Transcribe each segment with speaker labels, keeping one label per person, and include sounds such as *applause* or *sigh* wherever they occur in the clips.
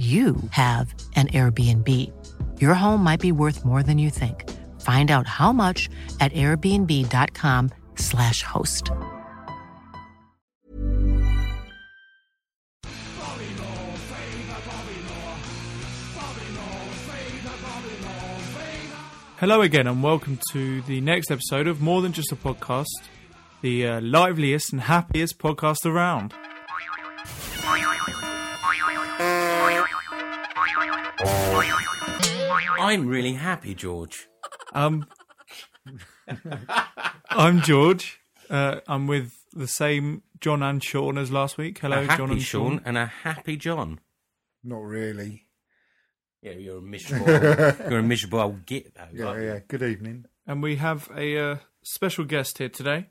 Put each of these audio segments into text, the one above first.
Speaker 1: you have an Airbnb. Your home might be worth more than you think. Find out how much at airbnb.com/slash host.
Speaker 2: Hello again, and welcome to the next episode of More Than Just a Podcast, the uh, liveliest and happiest podcast around.
Speaker 3: I'm really happy, George.
Speaker 2: Um, I'm George. Uh, I'm with the same John and Sean as last week. Hello,
Speaker 3: a happy
Speaker 2: John and
Speaker 3: Sean,
Speaker 2: Sean.
Speaker 3: and a happy John.
Speaker 4: Not really.
Speaker 3: Yeah, you're a miserable. *laughs* you're a miserable old git, though.
Speaker 4: Yeah,
Speaker 3: aren't you?
Speaker 4: yeah. Good evening.
Speaker 2: And we have a uh, special guest here today.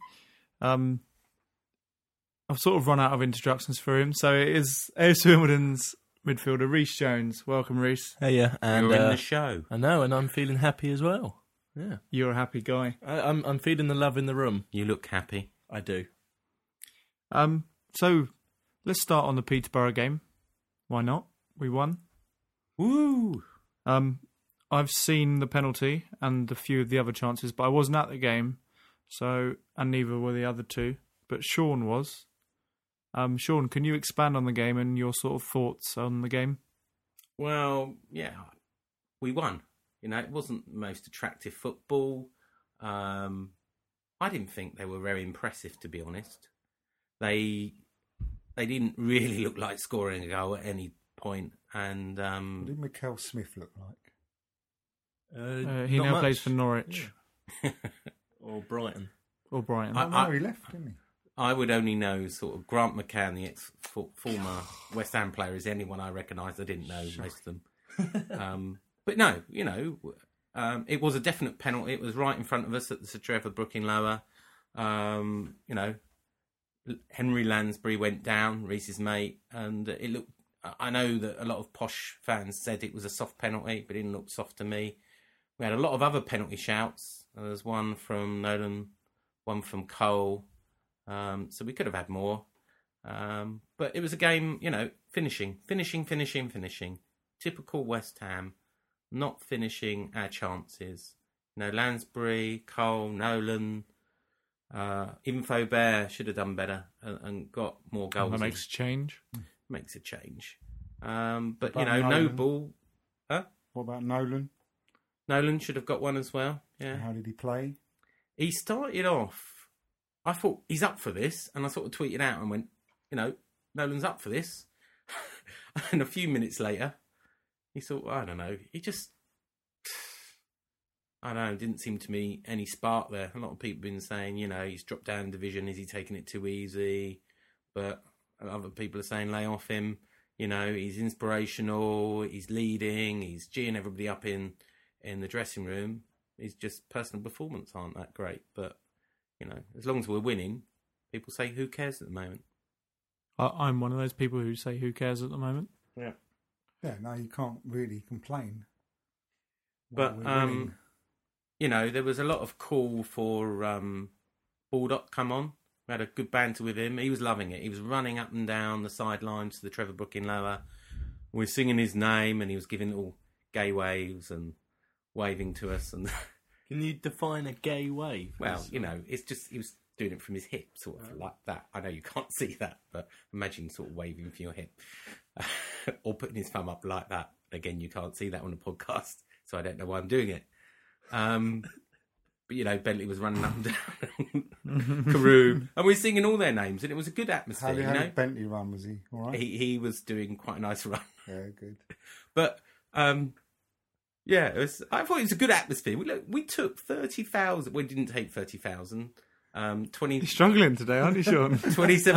Speaker 2: Um, I've sort of run out of introductions for him, so it is AS Wimbledon's midfielder Reece Jones. Welcome, Reece.
Speaker 5: Hey, yeah, and
Speaker 3: You're in
Speaker 5: uh,
Speaker 3: the show.
Speaker 5: I know, and I'm feeling happy as well. Yeah,
Speaker 2: You're a happy guy.
Speaker 5: I, I'm I'm feeling the love in the room.
Speaker 3: You look happy.
Speaker 5: I do.
Speaker 2: Um, so let's start on the Peterborough game. Why not? We won.
Speaker 3: Woo!
Speaker 2: Um, I've seen the penalty and a few of the other chances, but I wasn't at the game, so and neither were the other two. But Sean was. Um, Sean, can you expand on the game and your sort of thoughts on the game?
Speaker 3: Well, yeah, we won. You know, it wasn't the most attractive football. Um, I didn't think they were very impressive, to be honest. They they didn't *laughs* really look like scoring a goal at any point, and um,
Speaker 4: What did Mikel Smith look like?
Speaker 5: Uh,
Speaker 2: Uh, he
Speaker 5: not
Speaker 2: now
Speaker 5: much.
Speaker 2: plays for Norwich
Speaker 5: Yeah. or Brighton.
Speaker 2: or Brighton.
Speaker 3: I-
Speaker 4: Oh, no, he left, didn't
Speaker 3: I would only know sort of Grant McCann, the ex fo- former West Ham player, is anyone I recognise. I didn't know most of them. um, but no, you know, um, it was a definite penalty. It was right in front of us at the Sir Trevor Brook in Lower. Um, you know, L- Henry Lansbury went down, Reese's mate, and it looked. I- I know that a lot of posh fans said it was a soft penalty, but it didn't look soft to me. We had a lot of other penalty shouts. There was one from Nolan, one from Cole. Um, so we could have had more. Um, but it was a game, you know, finishing, finishing, finishing, finishing. Typical West Ham, not finishing our chances. You know, Lansbury, Cole, Nolan, uh, even Faubert should have done better and, and got more goals.
Speaker 2: that
Speaker 3: in.
Speaker 2: makes a change.
Speaker 3: Makes a change. Um, but, you
Speaker 4: But
Speaker 3: know, no
Speaker 4: Nolan-
Speaker 3: ball. Huh?
Speaker 4: What about Nolan?
Speaker 3: Nolan should have got one as well. Yeah.
Speaker 4: How did he play?
Speaker 3: he started off. I thought he's up for this, and I sort of tweeted out and went, you know, Nolan's up for this. *laughs* and a few minutes later, he thought, I don't know, he just, I don't know, didn't seem to me any spark there. A lot of people been saying, you know, he's dropped down division. Is he taking it too easy? But other people are saying, lay off him. You know, he's inspirational. He's leading. He's geeing everybody up in in the dressing room is just personal performance aren't that great. But you know, as long as we're winning, people say who cares at the moment.
Speaker 2: I, I'm one of those people who say who cares at the *laughs* moment.
Speaker 3: Yeah,
Speaker 4: Yeah, no, you can't really complain.
Speaker 3: but
Speaker 4: Well, we're
Speaker 3: um,
Speaker 4: winning.
Speaker 3: you know, there was a lot of call for um, Baldock come on. We had a good banter with him. He was loving it. He was running up and down the sidelines to the Trevor Brook in lower. We were singing his name, and he was giving little gay waves and waving to us. And *laughs*
Speaker 5: Can you define a gay wave?
Speaker 3: well, you know, it's just he was doing *laughs* it from his hip, *laughs* sort of like that. I know you can't see that, but imagine sort of waving for your hip. or putting his thumb up like that. Again, you can't see that on the podcast, so I don't know why I'm doing it. Um, but you know, Bentley was running up and down, *laughs* Carew, and we were singing all their names, and it was a good atmosphere.
Speaker 4: How
Speaker 3: you
Speaker 4: did
Speaker 3: know,
Speaker 4: Bentley run? Was he all right?
Speaker 3: he he was doing quite a nice *laughs* run,
Speaker 4: yeah, good.
Speaker 3: but um, yeah, it was, I thought it was a good atmosphere. We look, we took thirty thousand. We didn't take thirty thousand. Um, twenty
Speaker 2: You're struggling today, aren't you, *laughs* Sean?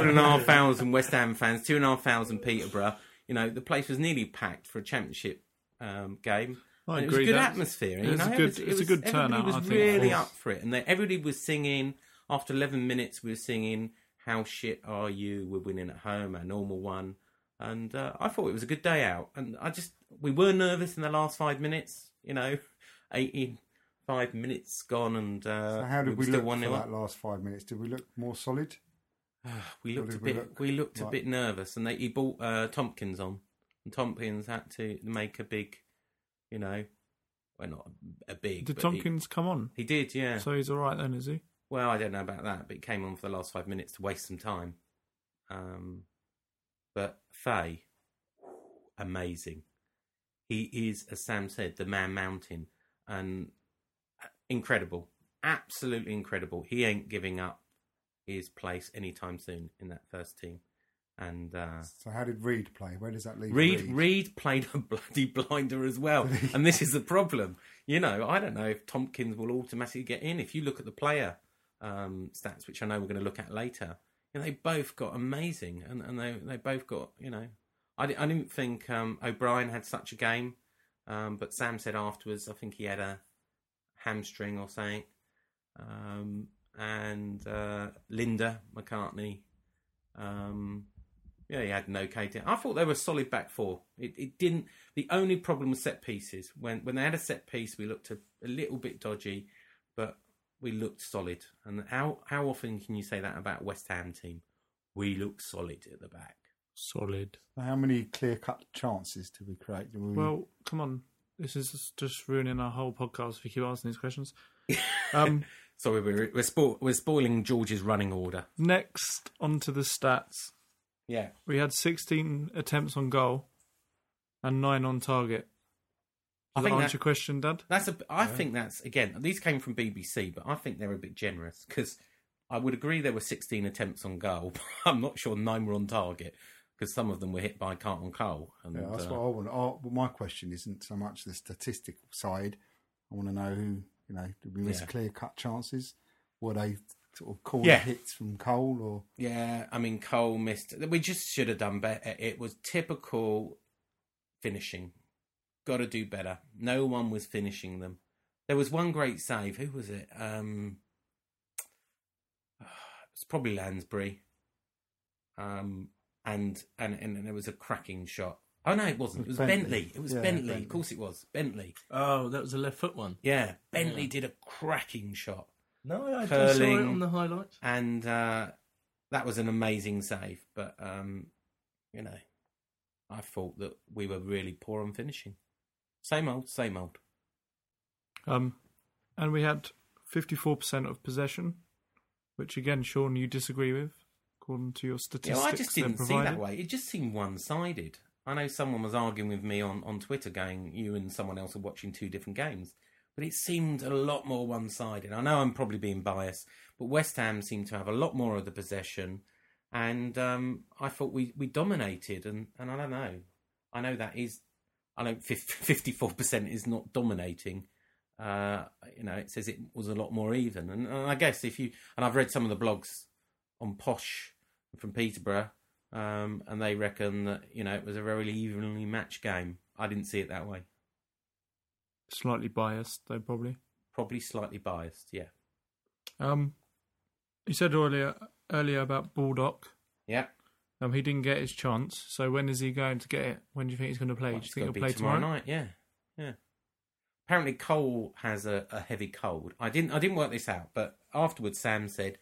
Speaker 3: 27,500 West Ham fans, 2,500 Peterborough. You know, the place was nearly packed for a championship um, game.
Speaker 2: I
Speaker 3: And
Speaker 2: agree,
Speaker 3: It was a good
Speaker 2: that's-
Speaker 3: atmosphere.
Speaker 2: it
Speaker 3: you
Speaker 2: was a
Speaker 3: know,
Speaker 2: good- it's a good
Speaker 3: everybody
Speaker 2: turnout,
Speaker 3: was
Speaker 2: I think,
Speaker 3: really
Speaker 2: for-
Speaker 3: up for it. And they, everybody was singing. After 11 minutes, we were singing, How Shit Are You? We're winning at home, our normal one. And uh, I thought it was a good day out. And I just, we were nervous in the last five minutes, you know, *laughs* 18, five minutes gone. And uh,
Speaker 4: so how did
Speaker 3: were
Speaker 4: we,
Speaker 3: still
Speaker 4: look for
Speaker 3: 1-0 up.
Speaker 4: that last five minutes? Did we look more solid?
Speaker 3: *sighs* We
Speaker 4: Or
Speaker 3: looked a
Speaker 4: did we
Speaker 3: bit.
Speaker 4: look-
Speaker 3: we looked a
Speaker 4: right.
Speaker 3: bit nervous, and they he bought uh, Tompkins on, and Tompkins had to make a big, you know, well not a big.
Speaker 2: Did
Speaker 3: but he-
Speaker 2: Tompkins come on?
Speaker 3: He, did, yeah.
Speaker 2: So he's all right then, is he?
Speaker 3: well, I don't know about that, but he came on for the last five minutes to waste some time. Um, but Faye, amazing. He is, as Sam said, the man mountain, and uh, incredible, absolutely incredible. He ain't giving up his place anytime soon in that first team, and. Uh,
Speaker 4: So how did Reed play? Where does that leave
Speaker 3: Reed, Reed played a *laughs* bloody blinder as well, and this is the problem. You know, I don't know if Tompkins will automatically get in. If you look at the player um, stats, which I know we're going to look at later, you know, they both got amazing, and, and they they both got you know, I, di- I didn't think um, O'Brien had such a game, um, but Sam said afterwards, I think he had a hamstring or something, um, and uh, Linda McCartney. Um, yeah, he had an okay day. I thought they were solid back four. It, it didn't. The only problem was set pieces. When when they had a set piece, we looked a, a little bit dodgy, but we looked solid. And how how often can you say that about a West Ham team? We look solid at the back.
Speaker 2: Solid.
Speaker 4: How many clear cut chances did we create?
Speaker 3: Mm.
Speaker 4: Did we-
Speaker 2: Well, come on. This is just ruining our whole podcast if you keep asking these questions. *laughs* Um,
Speaker 3: Sorry, we're we're, spo- we're spoiling George's running order.
Speaker 2: next, onto the stats.
Speaker 3: Yeah,
Speaker 2: We had 16 attempts on goal and nine on target.
Speaker 3: I
Speaker 2: Does that
Speaker 3: think
Speaker 2: answer
Speaker 3: that-
Speaker 2: your question, Dad?
Speaker 3: That's a. I think that's again. These came from BBC, but I think they're a bit generous because I would agree there were 16 attempts on goal. *laughs* But I'm not sure nine were on target because some of them were hit by Carlton Cole. And,
Speaker 4: yeah, that's
Speaker 3: uh,
Speaker 4: what I want. I, but my question isn't so much the statistical side. I want to know who you know. Did we miss
Speaker 3: Yeah.
Speaker 4: clear cut chances? Were they sort of corner
Speaker 3: Yeah.
Speaker 4: hits from Cole or?
Speaker 3: Yeah, I mean Cole missed. We just should have done better. It was typical finishing. Got to do better. No one was finishing them. There was one great save. Who was it? Um, *sighs* it's probably Lansbury. Um, and and and there was a cracking shot. Oh no, it wasn't. It was Bentley. It was
Speaker 4: Yeah,
Speaker 3: Bentley.
Speaker 4: Bentley.
Speaker 3: Of course, it was Bentley.
Speaker 5: Oh, that was a left foot one.
Speaker 3: Yeah, Bentley did a cracking shot.
Speaker 5: No, I just saw it
Speaker 3: Curling.
Speaker 5: on the highlights.
Speaker 3: and uh, that was an amazing save. But um, you know, I thought that we were really poor on finishing. Same old, same old.
Speaker 2: Um, and we had 54% of possession, which again, Sean, you disagree with, according to your
Speaker 3: Yeah,
Speaker 2: statistics.
Speaker 3: well, I just
Speaker 2: they're
Speaker 3: didn't see that
Speaker 2: provided.
Speaker 3: way. It just seemed one-sided. I know someone was arguing with me on, on Twitter, going, "You and someone else are watching two different games," but it seemed a lot more one-sided. I know I'm probably being biased, but West Ham seemed to have a lot more of the possession, and um, I thought we, we dominated. And, and I don't know. I know that is. I know *laughs* fifty-four percent is not dominating, uh, you know, it says it was a lot more even. And, and I guess if you, and I've read some of the blogs on Posh from Peterborough, um, and they reckon that, you know, it was a very evenly matched game. I didn't see it that way.
Speaker 2: Slightly biased, though, probably.
Speaker 3: Probably slightly biased, yeah.
Speaker 2: Um, you said earlier earlier about Baldock.
Speaker 3: Yeah.
Speaker 2: Um, he didn't get his chance. So when is he going to get it? When do you think he's going to play?
Speaker 3: Well,
Speaker 2: do you
Speaker 3: it's
Speaker 2: think
Speaker 3: gotta
Speaker 2: he'll play
Speaker 3: be
Speaker 2: tomorrow?
Speaker 3: night? Yeah, yeah. Apparently, Cole has a, a heavy cold. I didn't. I didn't work this out, but afterwards, Sam said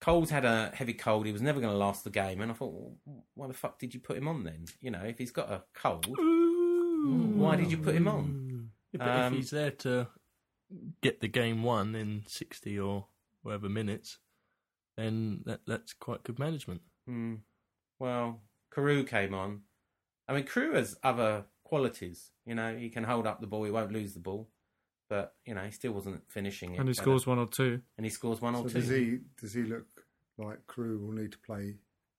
Speaker 3: Cole's had a heavy cold. He was never going to last the game, and I thought, well, why the fuck did you put him on then? You know, if he's got a cold, why did you put him on?
Speaker 5: Yeah, but
Speaker 3: Um,
Speaker 5: if he's there to get the game won in 60 or whatever minutes, then that, that's quite good management.
Speaker 3: Hmm. Well, Carew came on, I mean, Crew has other qualities. You know, he can hold up the ball. He won't lose the ball. But you know, he still wasn't finishing it.
Speaker 2: and he
Speaker 3: better.
Speaker 2: scores one or two.
Speaker 3: And he scores one or
Speaker 4: So
Speaker 3: two.
Speaker 4: does he does he look like Crew will need to play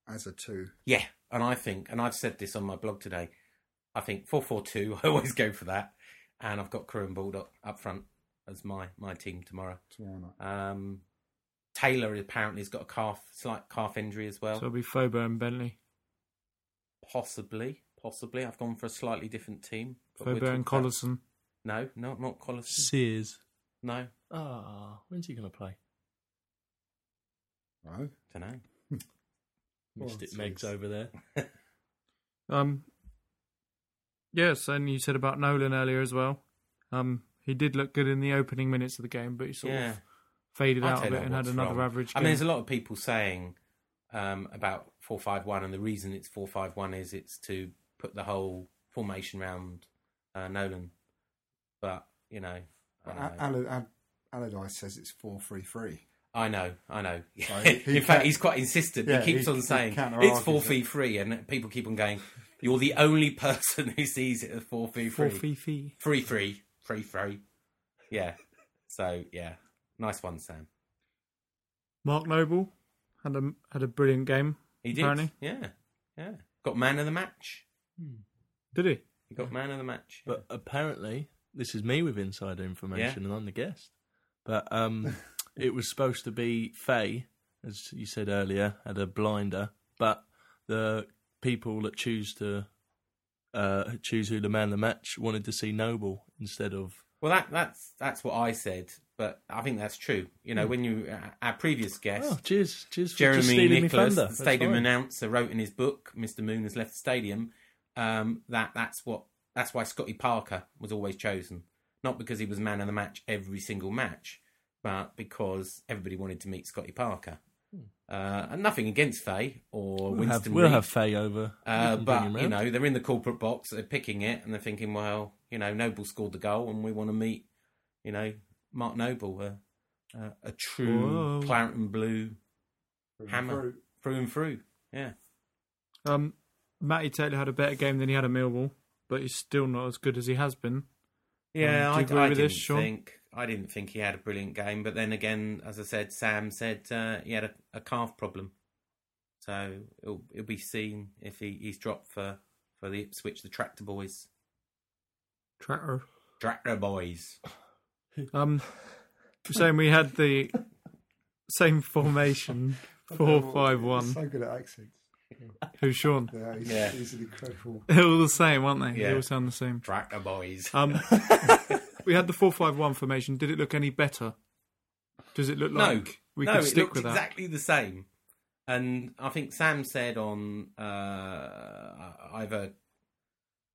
Speaker 4: as a two?
Speaker 3: Yeah, and I think, and I've said this on my blog today. I think four four two. *laughs* I always go for that, and I've got Crew and Bulldog up front as my my team tomorrow.
Speaker 4: Tomorrow night.
Speaker 3: Um, Taylor apparently has got a calf, slight calf injury as well.
Speaker 2: so it'll be Fobo and Bentley.
Speaker 3: possibly, possibly. I've gone for a slightly different team. but we'll
Speaker 2: Fobo and
Speaker 3: talk about-
Speaker 2: Collison.
Speaker 3: No, not not Collison.
Speaker 5: Sears.
Speaker 3: No,
Speaker 5: Ah, when's he going to play?
Speaker 4: No.
Speaker 3: don't know.
Speaker 5: Missed it,
Speaker 4: Sears.
Speaker 5: Megs over there.
Speaker 2: Um, yes, and you said about Nolan earlier as well. Um, he did look good in the opening minutes of the game, but he sort
Speaker 3: *laughs* Yeah.
Speaker 2: of faded
Speaker 3: I
Speaker 2: out a
Speaker 3: don't
Speaker 2: bit
Speaker 3: know
Speaker 2: and had
Speaker 3: what's
Speaker 2: another
Speaker 3: wrong.
Speaker 2: average.
Speaker 3: I
Speaker 2: Game.
Speaker 3: mean, there's a lot of people saying um, about four five one, and the reason it's four five one is it's to put the whole formation round uh, Nolan. But you know, I
Speaker 4: But
Speaker 3: don't know.
Speaker 4: Al- Al- Allardyce says it's four three three.
Speaker 3: I know, I know. *laughs*
Speaker 4: So he
Speaker 3: In fact,
Speaker 4: can-
Speaker 3: he's quite insistent.
Speaker 4: Yeah,
Speaker 3: he keeps
Speaker 4: he-
Speaker 3: on
Speaker 4: he
Speaker 3: saying
Speaker 4: counter-argues
Speaker 3: it's four
Speaker 4: it.
Speaker 3: fee free, and people keep on going. You're the only *laughs* person who sees it as four fee
Speaker 2: Four fee
Speaker 3: free.
Speaker 2: fee.
Speaker 3: Free free free free. Yeah. So yeah, nice one, Sam.
Speaker 2: Mark Noble had a had a brilliant game.
Speaker 3: He did.
Speaker 2: Apparently.
Speaker 3: Yeah, yeah. Got man of the match.
Speaker 2: Did he?
Speaker 3: He got man of the match.
Speaker 5: But apparently, this is me with insider information, and I'm the guest. But
Speaker 3: *laughs*
Speaker 5: um, it was supposed to be Faye, as you said earlier, had a blinder. But the people that choose to uh, choose who the man of the match wanted to see Noble instead of
Speaker 3: well, that that's that's what I said, but I think that's true. You know, when you uh, our previous guest.
Speaker 5: Hmm. oh, cheers, cheers, for just
Speaker 3: Jeremy
Speaker 5: stealing me
Speaker 3: Nicholas,
Speaker 5: thunder.
Speaker 3: the
Speaker 5: That's
Speaker 3: stadium
Speaker 5: fine.
Speaker 3: announcer, wrote in his book "Mr. Moon has left the stadium" um, that that's what that's why Scotty Parker was always chosen, not because he was man of the match every single match, but because everybody wanted to meet Scotty Parker. Uh, and nothing against Faye or
Speaker 5: Hmm. We'll have,
Speaker 3: Winston.
Speaker 5: we'll
Speaker 3: Reid.
Speaker 5: have Faye over, We
Speaker 3: Uh,
Speaker 5: can bring
Speaker 3: but
Speaker 5: him
Speaker 3: you
Speaker 5: round.
Speaker 3: know they're in the corporate box, they're picking it, and they're thinking, well, you know, Noble scored the goal, and we want to meet, you know, Mark Noble, a, a, a true
Speaker 2: Whoa.
Speaker 3: Claret and Blue hammer
Speaker 4: Crew.
Speaker 3: through and through. Yeah,
Speaker 2: Um, Matty Taylor had a better game than he had at Millwall, but he's still not as good as he has been.
Speaker 3: yeah.
Speaker 2: Um, do
Speaker 3: I,
Speaker 2: you agree
Speaker 3: I
Speaker 2: with
Speaker 3: didn't
Speaker 2: this, Sean?
Speaker 3: think I didn't think he had a brilliant game, but then again, as I said, Sam said uh, he had a, a calf problem, so it'll, it'll be seen if he, he's dropped for for the Ipswich, the Tractor Boys,
Speaker 2: Tracker.
Speaker 3: Tractor Boys.
Speaker 2: Um, you're saying we had the same formation, four five
Speaker 4: He's
Speaker 2: one.
Speaker 4: So good at accents.
Speaker 2: Who's Sean?
Speaker 4: Yeah, he's,
Speaker 3: Yeah.
Speaker 4: he's an incredible.
Speaker 2: They're all the same, aren't they? They
Speaker 3: Yeah.
Speaker 2: all sound the same.
Speaker 3: Tractor Boys.
Speaker 2: Um, we had the four-five-one formation. Did it look any better? Does it look like we
Speaker 3: no,
Speaker 2: could
Speaker 3: it
Speaker 2: stick
Speaker 3: looked
Speaker 2: with that?
Speaker 3: exactly the same. And I think Sam said on uh, either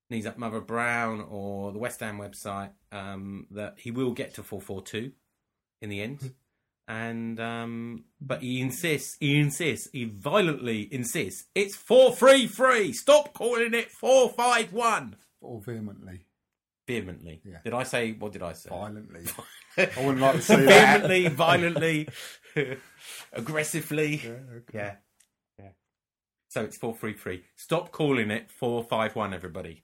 Speaker 3: Knees Up Mother Brown or the West Ham website um, that he will get to 442 in the
Speaker 2: Hmm.
Speaker 3: end. And um, but he insists, he insists, he violently insists. It's four three three. Stop calling it four five one.
Speaker 4: Or vehemently.
Speaker 3: Vehemently.
Speaker 4: Yeah.
Speaker 3: Did I say? What did I say?
Speaker 4: Violently.
Speaker 3: *laughs*
Speaker 4: I wouldn't like to see that.
Speaker 3: vehemently, violently, *laughs* aggressively.
Speaker 4: Yeah,
Speaker 3: Yeah.
Speaker 4: okay.
Speaker 3: yeah. So it's 433. Stop calling it 451, everybody.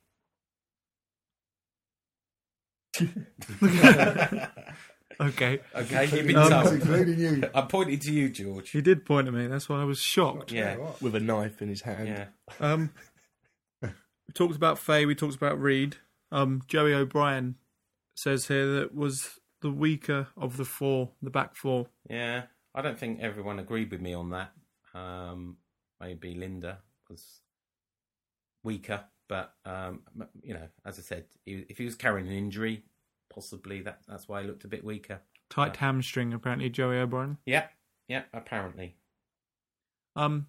Speaker 2: Okay,
Speaker 3: Okay, you've been
Speaker 4: *laughs* Including-
Speaker 3: told.
Speaker 4: including you.
Speaker 3: I pointed to you, George.
Speaker 2: he did point at me. That's why I was shocked.
Speaker 3: Yeah.
Speaker 5: with a knife in his hand.
Speaker 3: Yeah.
Speaker 2: Um, we talked about Faye. We talked about Reed. Um, Joey O'Brien says here that was the weaker of the four, the back four.
Speaker 3: Yeah. I don't think everyone agreed with me on that. Um, maybe Linda was weaker, but, um, m- you know, as I said, he- if he was carrying an injury, possibly that, that's why he looked a bit weaker.
Speaker 2: Tight hamstring, apparently, Joey O'Brien.
Speaker 3: Yep. Yep. Apparently.
Speaker 2: Um,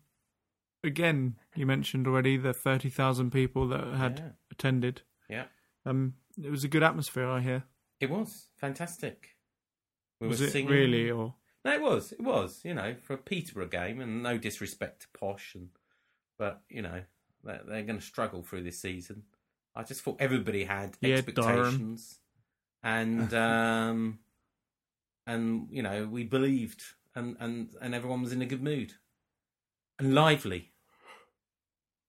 Speaker 2: again, you mentioned already the thirty thousand people that had
Speaker 3: Yeah.
Speaker 2: attended.
Speaker 3: Yeah.
Speaker 2: Um, it was a good atmosphere, I hear.
Speaker 3: It was fantastic. We
Speaker 2: was
Speaker 3: were
Speaker 2: it
Speaker 3: singing.
Speaker 2: really or
Speaker 3: No, it was. It was. You know, for a Peterborough game, and no disrespect to Posh, and but you know they're, they're going to struggle through this season. I just thought everybody had
Speaker 2: Yeah,
Speaker 3: expectations,
Speaker 2: *laughs*
Speaker 3: and um, and you know we believed, and and and everyone was in a good mood and lively.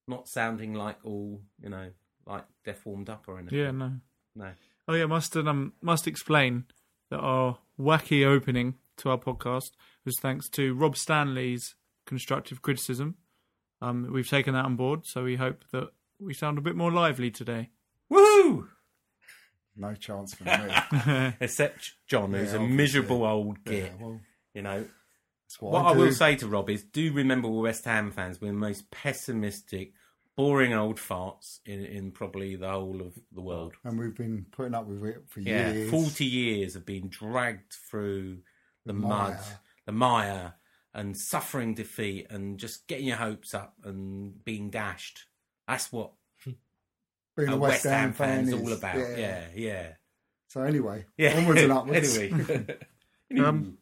Speaker 3: not sounding like all you know, like deaf warmed up or anything.
Speaker 2: Yeah, no.
Speaker 3: no.
Speaker 2: Oh yeah, must um must explain that our wacky opening to our podcast was thanks to Rob Stanley's constructive criticism. Um, we've taken that on board, so we hope that we sound a bit more lively today. *laughs*
Speaker 3: Woohoo!
Speaker 4: No
Speaker 3: *laughs*
Speaker 4: chance for me.
Speaker 2: Um,
Speaker 3: Except John, who's
Speaker 4: Yeah,
Speaker 3: a
Speaker 4: obviously.
Speaker 3: miserable old git.
Speaker 4: yeah, well,
Speaker 3: you know,
Speaker 4: that's what,
Speaker 3: what
Speaker 4: I,
Speaker 3: I, will
Speaker 4: do.
Speaker 3: say to Rob is, do remember, we're West Ham fans. We're the most pessimistic, boring old farts in, in probably the whole of the world.
Speaker 4: And we've been putting up with it for
Speaker 3: Yeah,
Speaker 4: years.
Speaker 3: forty years of being dragged through the mud,
Speaker 4: Mire.
Speaker 3: the mire, and suffering defeat, and just getting your hopes up and being dashed. That's what
Speaker 4: Being
Speaker 3: a West Ham fan's
Speaker 4: fan
Speaker 3: all
Speaker 4: is-
Speaker 3: about. Yeah, yeah,
Speaker 4: So anyway,
Speaker 3: yeah. *laughs*
Speaker 4: onwards and upwards. *laughs*
Speaker 3: anyway, Mm.
Speaker 2: Um,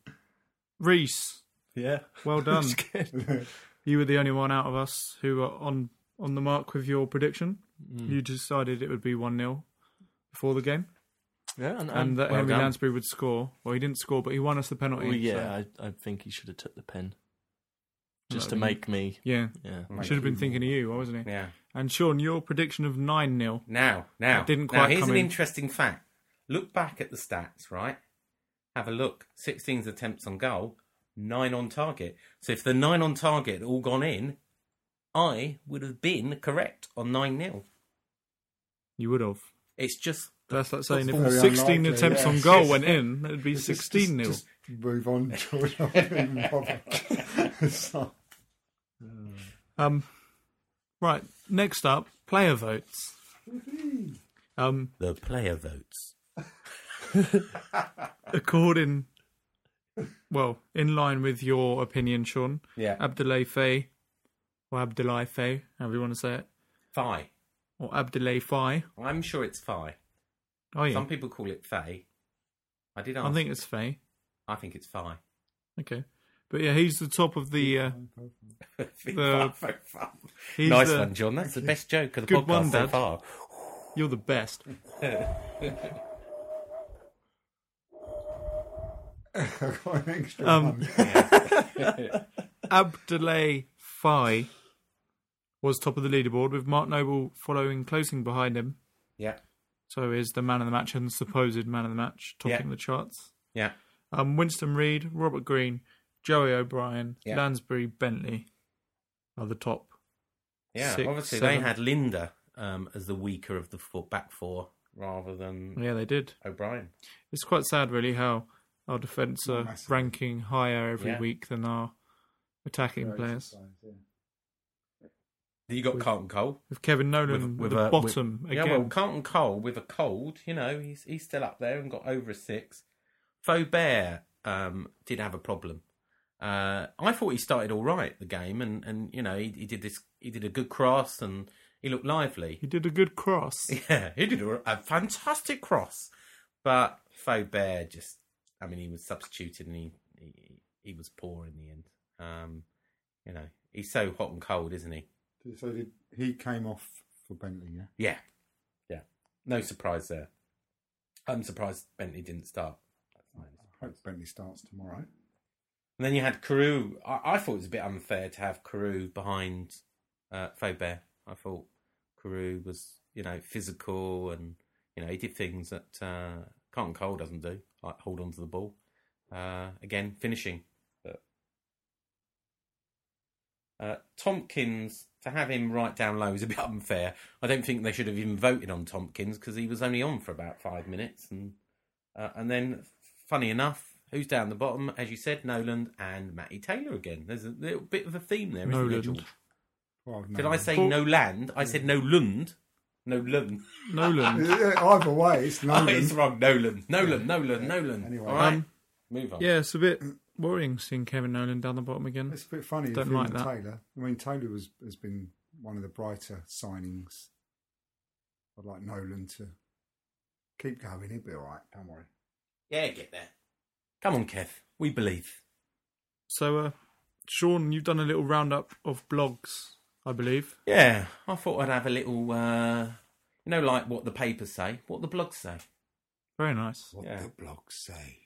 Speaker 2: Reese,
Speaker 5: Yeah. *laughs*
Speaker 2: well done.
Speaker 5: It's good.
Speaker 2: you were the only one out of us who were on on the mark with your prediction. You decided it would be one 0 before the game,
Speaker 5: yeah, and,
Speaker 2: and that
Speaker 3: well
Speaker 2: Henry
Speaker 3: done.
Speaker 2: Lansbury would score. Well, he didn't score, but he won us the penalty.
Speaker 5: well,
Speaker 2: so-
Speaker 5: yeah, I, I think he should have took the pen just to
Speaker 2: That'd
Speaker 5: make me.
Speaker 2: yeah.
Speaker 5: Yeah,
Speaker 3: *laughs*
Speaker 2: Should have been thinking of you, wasn't he?
Speaker 3: yeah.
Speaker 2: And Sean, your prediction of nine 0
Speaker 3: Now, now,
Speaker 2: That didn't
Speaker 3: now,
Speaker 2: quite
Speaker 3: here's
Speaker 2: come
Speaker 3: an
Speaker 2: in.
Speaker 3: interesting fact. Look back at the stats, right? Have a look. 16 attempts on goal, nine on target. So if the nine on target had all gone in, I would have been correct on nine 0
Speaker 2: you would have.
Speaker 3: It's just
Speaker 2: That's like saying if
Speaker 4: very
Speaker 2: 16
Speaker 4: unlikely,
Speaker 2: attempts
Speaker 4: yeah.
Speaker 2: on goal went in, it'd be
Speaker 4: Just- just-
Speaker 2: 16 nil.
Speaker 4: Just, move on, *laughs* George. I
Speaker 3: *laughs*
Speaker 4: don't even bother. *laughs* So,
Speaker 2: Um, right, next up, player votes. Um,
Speaker 3: the player votes.
Speaker 2: according, well, in line with your opinion, Sean,
Speaker 3: Yeah.
Speaker 2: Abdoulaye Faye, or Abdoulaye Faye, however you want to say it,
Speaker 3: Fi.
Speaker 2: or Abdoulaye Faye.
Speaker 3: I'm sure it's Fi.
Speaker 2: Oh, yeah.
Speaker 3: Some people call it Fay. I did ask.
Speaker 2: I think it's Faye.
Speaker 3: I think it's *laughs* Fi.
Speaker 2: Okay. But yeah, he's the top of the. Uh, he's
Speaker 3: nice
Speaker 2: the-
Speaker 3: one,
Speaker 2: *laughs*
Speaker 3: John. That's the best joke of the
Speaker 2: Good
Speaker 3: podcast
Speaker 2: one,
Speaker 3: so
Speaker 2: Dad. *laughs*
Speaker 3: far.
Speaker 2: You're the
Speaker 3: *laughs*
Speaker 2: best.
Speaker 4: *laughs* I've got an extra
Speaker 2: Um,
Speaker 4: one.
Speaker 2: Abdoulaye Faye was top of the leaderboard with Mark Noble following closing behind him.
Speaker 3: Yeah.
Speaker 2: So is the man of the match and the supposed man of the match topping
Speaker 3: Yeah.
Speaker 2: the charts.
Speaker 3: Yeah.
Speaker 2: Um, Winston Reid, Robert Green, Joey O'Brien,
Speaker 3: Yeah.
Speaker 2: Lansbury, Bentley are the top.
Speaker 3: Yeah,
Speaker 2: six,
Speaker 3: obviously
Speaker 2: seven.
Speaker 3: they had Linda um, as the weaker of the four, back four rather than
Speaker 2: Yeah, they did.
Speaker 3: O'Brien.
Speaker 2: It's quite sad, really, how our defence are
Speaker 4: Massive.
Speaker 2: ranking higher every
Speaker 3: Yeah.
Speaker 2: week than our attacking
Speaker 4: Very
Speaker 2: players.
Speaker 4: surprised, yeah.
Speaker 3: You got Carlton Cole
Speaker 2: With Kevin Nolan
Speaker 3: with
Speaker 2: at the
Speaker 3: a-
Speaker 2: bottom
Speaker 3: with-
Speaker 2: again.
Speaker 3: Yeah, well, Carlton Cole with a cold, you know, he's he's still up there and got over a six. Faubert um, did have a problem. Uh, I thought he started all right the game, and, and you know he, he did this, he did a good cross, and he looked lively.
Speaker 2: he did a good cross.
Speaker 3: *laughs* Yeah, he did a, a fantastic cross, but Faubert just—I mean, he was substituted and he, he he was poor in the end. Um, you know, he's so hot and cold, isn't he?
Speaker 4: So did, he came off for Bentley, yeah?
Speaker 3: Yeah, yeah. No surprise there. I'm surprised Bentley didn't start. That's my only
Speaker 4: I
Speaker 3: surprise.
Speaker 4: hope Bentley starts tomorrow.
Speaker 3: And then you had Carew. I, I thought it was a bit unfair to have Carew behind uh, Faubert. I thought Carew was, you know, physical and, you know, he did things that uh, Carlton Cole doesn't do, like hold on to the ball. Uh, again, finishing. But, uh, Tompkins, to have him right down low is a bit *laughs* unfair. I don't think they should have even voted on Tompkins because he was only on for about five minutes and uh, and then, funny enough, who's down the bottom? As you said, Noland and Matty Taylor again. There's a little bit of a theme there, isn't there,
Speaker 2: Noland.
Speaker 3: George?
Speaker 4: Well,
Speaker 3: Did I say
Speaker 2: Paul-
Speaker 3: no land? I said no lund. No lund. *laughs*
Speaker 2: Nolan.
Speaker 4: Yeah, Either
Speaker 2: *laughs*
Speaker 4: way, it's
Speaker 3: Oh,
Speaker 4: Nolan.
Speaker 3: it's wrong. Nolan. Nolan. Nolan. Nolan.
Speaker 4: Anyway.
Speaker 3: All right.
Speaker 2: Um,
Speaker 3: Move on.
Speaker 2: Yeah, it's a bit worrying seeing Kevin Nolan down the bottom again.
Speaker 4: It's a bit funny.
Speaker 2: Don't
Speaker 4: if him
Speaker 2: like
Speaker 4: and
Speaker 2: that.
Speaker 4: Taylor. I mean, Taylor was, has been one of the brighter signings. I'd like Nolan to keep going. He'll be all right. Don't worry.
Speaker 3: Yeah, get there. Come on, Kev. We believe.
Speaker 2: So, uh, Sean, you've done a little roundup of blogs, I believe.
Speaker 3: Yeah. I thought I'd have a little, uh, you know, like what the papers say, what the blogs say.
Speaker 2: Very nice.
Speaker 4: What
Speaker 3: Yeah.
Speaker 4: the blogs *laughs* say.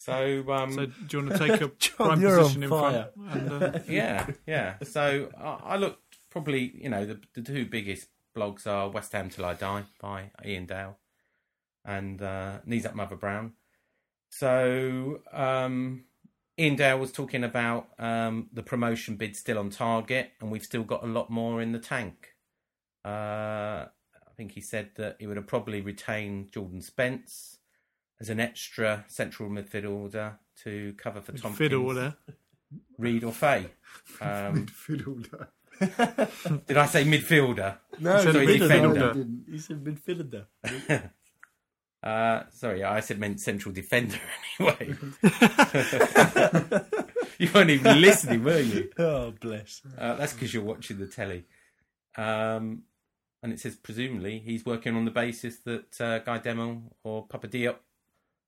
Speaker 3: So, um,
Speaker 2: So, do
Speaker 5: *laughs*
Speaker 2: you want to take a
Speaker 5: John,
Speaker 2: prime
Speaker 5: you're
Speaker 3: *laughs*
Speaker 5: on *laughs*
Speaker 2: position in front? And, uh,
Speaker 3: yeah, yeah. So I, I looked probably you know the, the two biggest blogs are West Ham Till I Die by Ian Dale and uh, Knees Up Mother Brown. So um, Ian Dale was talking about um, the promotion bid still on target, and we've still got a lot more in the tank. Uh, I think he said that he would have probably retained Jordan Spence as an extra central midfielder to cover for Tom
Speaker 2: Fiddler.
Speaker 3: Reed or Fay.
Speaker 4: *laughs*
Speaker 3: Um,
Speaker 4: Midfielder.
Speaker 3: did I say midfielder?
Speaker 5: No,
Speaker 2: Sorry,
Speaker 5: he's a
Speaker 2: defender.
Speaker 5: midfielder.
Speaker 4: Didn't.
Speaker 5: He's a midfielder.
Speaker 3: *laughs* Uh, sorry, I said meant central defender *laughs*
Speaker 4: *laughs*
Speaker 3: anyway. you weren't even listening, were you?
Speaker 5: *laughs* Oh, bless.
Speaker 3: Uh, that's because you're watching the telly. Um, and it says presumably he's working on the basis that uh, Guy Demel or Papa Diop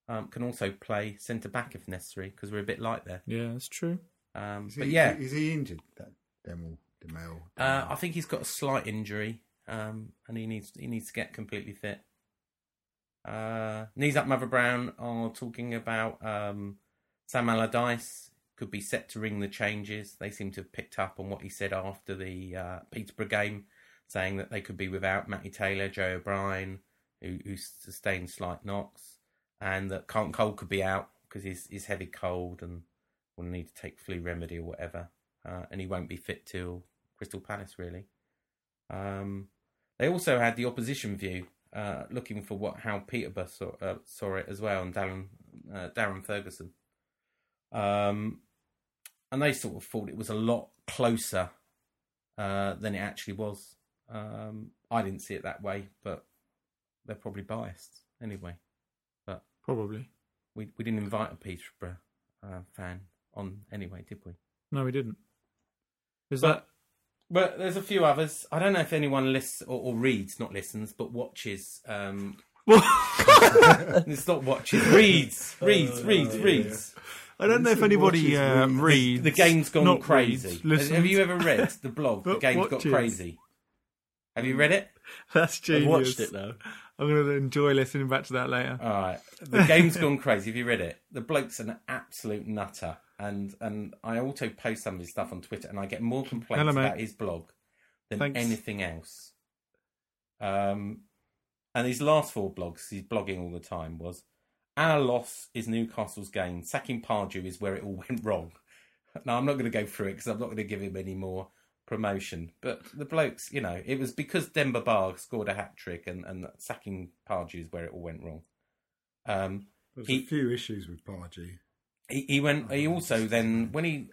Speaker 3: um, can also play centre back if necessary because we're a bit light there.
Speaker 2: Yeah, that's true.
Speaker 3: Um,
Speaker 4: Is
Speaker 3: but
Speaker 4: he,
Speaker 3: yeah,
Speaker 4: is he injured? That Demel, Demel.
Speaker 3: uh, I think he's got a slight injury um, and he needs he needs to get completely fit. Uh, knees up, Mother Brown are talking about um, Sam Allardyce could be set to ring the changes. They seem to have picked up on what he said after the uh, Peterborough game, saying that they could be without Matty Taylor, Joe O'Brien, who, who sustained slight knocks, and that Cant Cole could be out because he's, he's heavy cold and will need to take flu remedy or whatever, uh, and he won't be fit till Crystal Palace really. Um, they also had the opposition view, uh, looking for what how Peterborough saw, uh, saw it as well, and Darren uh, Darren Ferguson. Um, and they sort of thought it was a lot closer uh, than it actually was. Um, I didn't see it that way, but they're probably biased anyway. But
Speaker 2: Probably.
Speaker 3: we we didn't invite a Peterborough uh, fan on anyway, did we?
Speaker 2: No, we didn't. Is *laughs*
Speaker 3: But- But there's a few others. I don't know if anyone lists or, or reads, not listens, but watches. Um, *laughs*
Speaker 2: that?
Speaker 3: it's not watches, reads, reads, reads, reads.
Speaker 2: I don't know if anybody um, reads.
Speaker 3: The game's gone
Speaker 2: not
Speaker 3: crazy.
Speaker 2: reads, listens.
Speaker 3: Have you ever read the blog? the
Speaker 2: But
Speaker 3: game's
Speaker 2: watches.
Speaker 3: got crazy. Have you read it?
Speaker 2: *laughs* That's
Speaker 5: I've
Speaker 2: genius.
Speaker 5: watched it though.
Speaker 2: I'm going to enjoy listening back to that later.
Speaker 3: All right. The game's gone crazy. Have you read it? The bloke's an absolute nutter, and and I also post some of his stuff on Twitter, and I get more complaints
Speaker 2: Hello, mate.
Speaker 3: about his blog than
Speaker 2: Thanks.
Speaker 3: anything else. Um, and his last four blogs, he's blogging all the time, was our loss is Newcastle's gain. Sacking Pardew is where it all *laughs* went wrong. Now I'm not going to go through it because I'm not going to give him any more promotion. But the blokes, you know, it was because Denver Bar scored a hat trick, and and sacking Pardew is where it all went wrong. Um,
Speaker 4: There's
Speaker 3: He-
Speaker 4: a few issues with Pardew.
Speaker 3: he, he went. He also then when he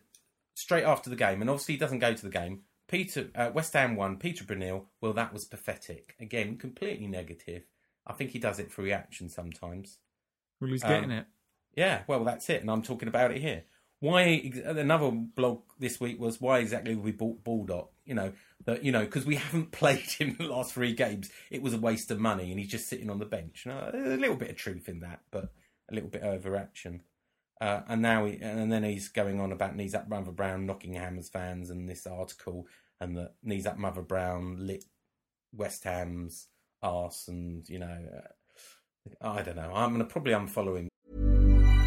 Speaker 3: straight after the game, and obviously he doesn't go to the game. Peter uh, West Ham won. Peter Brunel. Well, that was pathetic. Again, completely negative. I think he does it for reaction sometimes.
Speaker 2: Well, he's
Speaker 3: Um,
Speaker 2: getting it.
Speaker 3: Yeah, well, that's it, and I'm talking about it here. Why ex- another blog this week was why exactly we bought Baldock? You know that you know because we haven't *laughs* played him the last three games. It was a waste of money, and he's just sitting on the bench. Now, there's a little bit of truth in that, but a little bit overaction. Uh, and now he, and then he's going on about knees up Mother Brown knocking Hammers fans and this article and that knees up Mother Brown lit West Ham's arse and you know uh, I don't know. I'm gonna probably unfollow him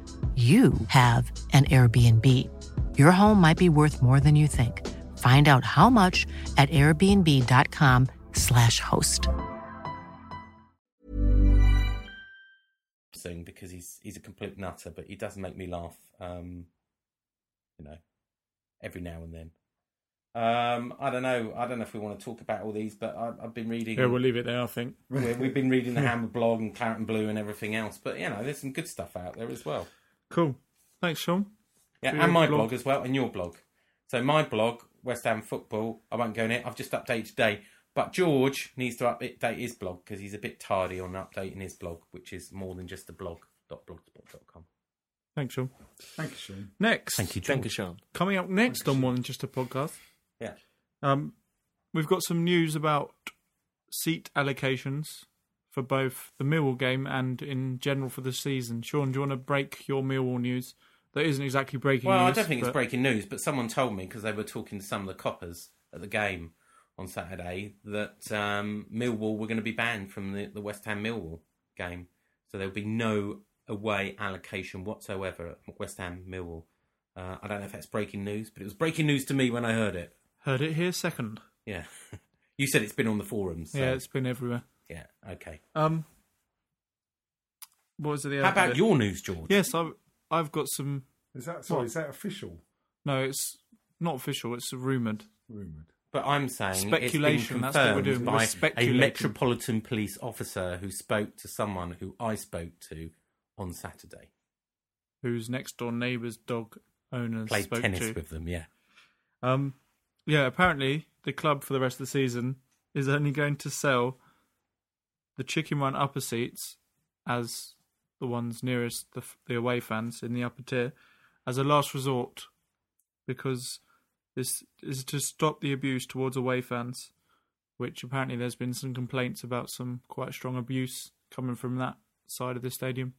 Speaker 1: you have an Airbnb. Your home might be worth more than you think. Find out how much at airbnb.com/slash host.
Speaker 3: Soon because he's he's a complete nutter, but he does make me laugh. Um, you know, every now and then. Um, I don't know. I don't know if we want to talk about all these, but I, I've been reading.
Speaker 2: Yeah, we'll leave it there, I think.
Speaker 3: we- we've been
Speaker 2: *laughs*
Speaker 3: reading the Hammer blog and Claret and Blue and everything else, but you know, there's some good stuff out there as well.
Speaker 2: Cool. Thanks, Sean.
Speaker 3: Yeah,
Speaker 2: Your
Speaker 3: and my blog.
Speaker 2: blog.
Speaker 3: as well, and your blog. So my blog, West Ham Football. I won't go in it. I've just updated today, but George needs to update his blog because he's a bit tardy on updating his blog, which is more than just a blog. dot blogspot dot com.
Speaker 2: Thanks, Sean.
Speaker 4: *laughs* Thank you, Sean.
Speaker 2: Next,
Speaker 3: Thank you,
Speaker 5: Thank
Speaker 3: George.
Speaker 5: you, Sean.
Speaker 2: coming up next on One Just a Podcast,
Speaker 3: Yeah.
Speaker 2: um, we've got some news about seat allocations for both the Millwall game and in general for the season. Sean, do you want to break your Millwall news? That isn't exactly breaking
Speaker 3: Well,
Speaker 2: news.
Speaker 3: I don't think it's
Speaker 2: but-
Speaker 3: breaking news, but someone told me because they were talking to some of the coppers at the game on Saturday that um, Millwall were going to be banned from the, the West Ham Millwall game, so there would be no away allocation whatsoever at West Ham Millwall. Uh, I don't know if that's breaking news, but it was breaking news to me when I heard it.
Speaker 2: Heard it here second.
Speaker 3: Yeah, *laughs* you said it's been on the forums. So,
Speaker 2: Yeah, it's been everywhere.
Speaker 3: yeah, okay.
Speaker 2: Um, what was it? The
Speaker 3: How
Speaker 2: other
Speaker 3: about
Speaker 2: bit?
Speaker 3: your news, George?
Speaker 2: Yes, I've I've got some.
Speaker 4: Is that sorry?
Speaker 2: What?
Speaker 4: Is that official?
Speaker 2: No, it's not official. It's rumored.
Speaker 4: Rumored.
Speaker 3: But I'm saying
Speaker 2: Speculation,
Speaker 3: It's
Speaker 2: that's what
Speaker 3: been
Speaker 2: we're
Speaker 3: confirmed
Speaker 2: doing, we're
Speaker 3: By a
Speaker 2: speculating.
Speaker 3: metropolitan police officer who spoke to someone who I spoke to on Saturday.
Speaker 2: Whose next door neighbour's dog owners
Speaker 3: Played
Speaker 2: spoke
Speaker 3: tennis
Speaker 2: to.
Speaker 3: with them. Yeah.
Speaker 2: Um, yeah, apparently the club for the rest of the season is only going to sell the chicken run upper seats as the ones nearest the, f- the away fans in the upper tier as a last resort because this is to stop the abuse towards away fans, which apparently there's been some complaints about some quite strong abuse coming from that side of the stadium.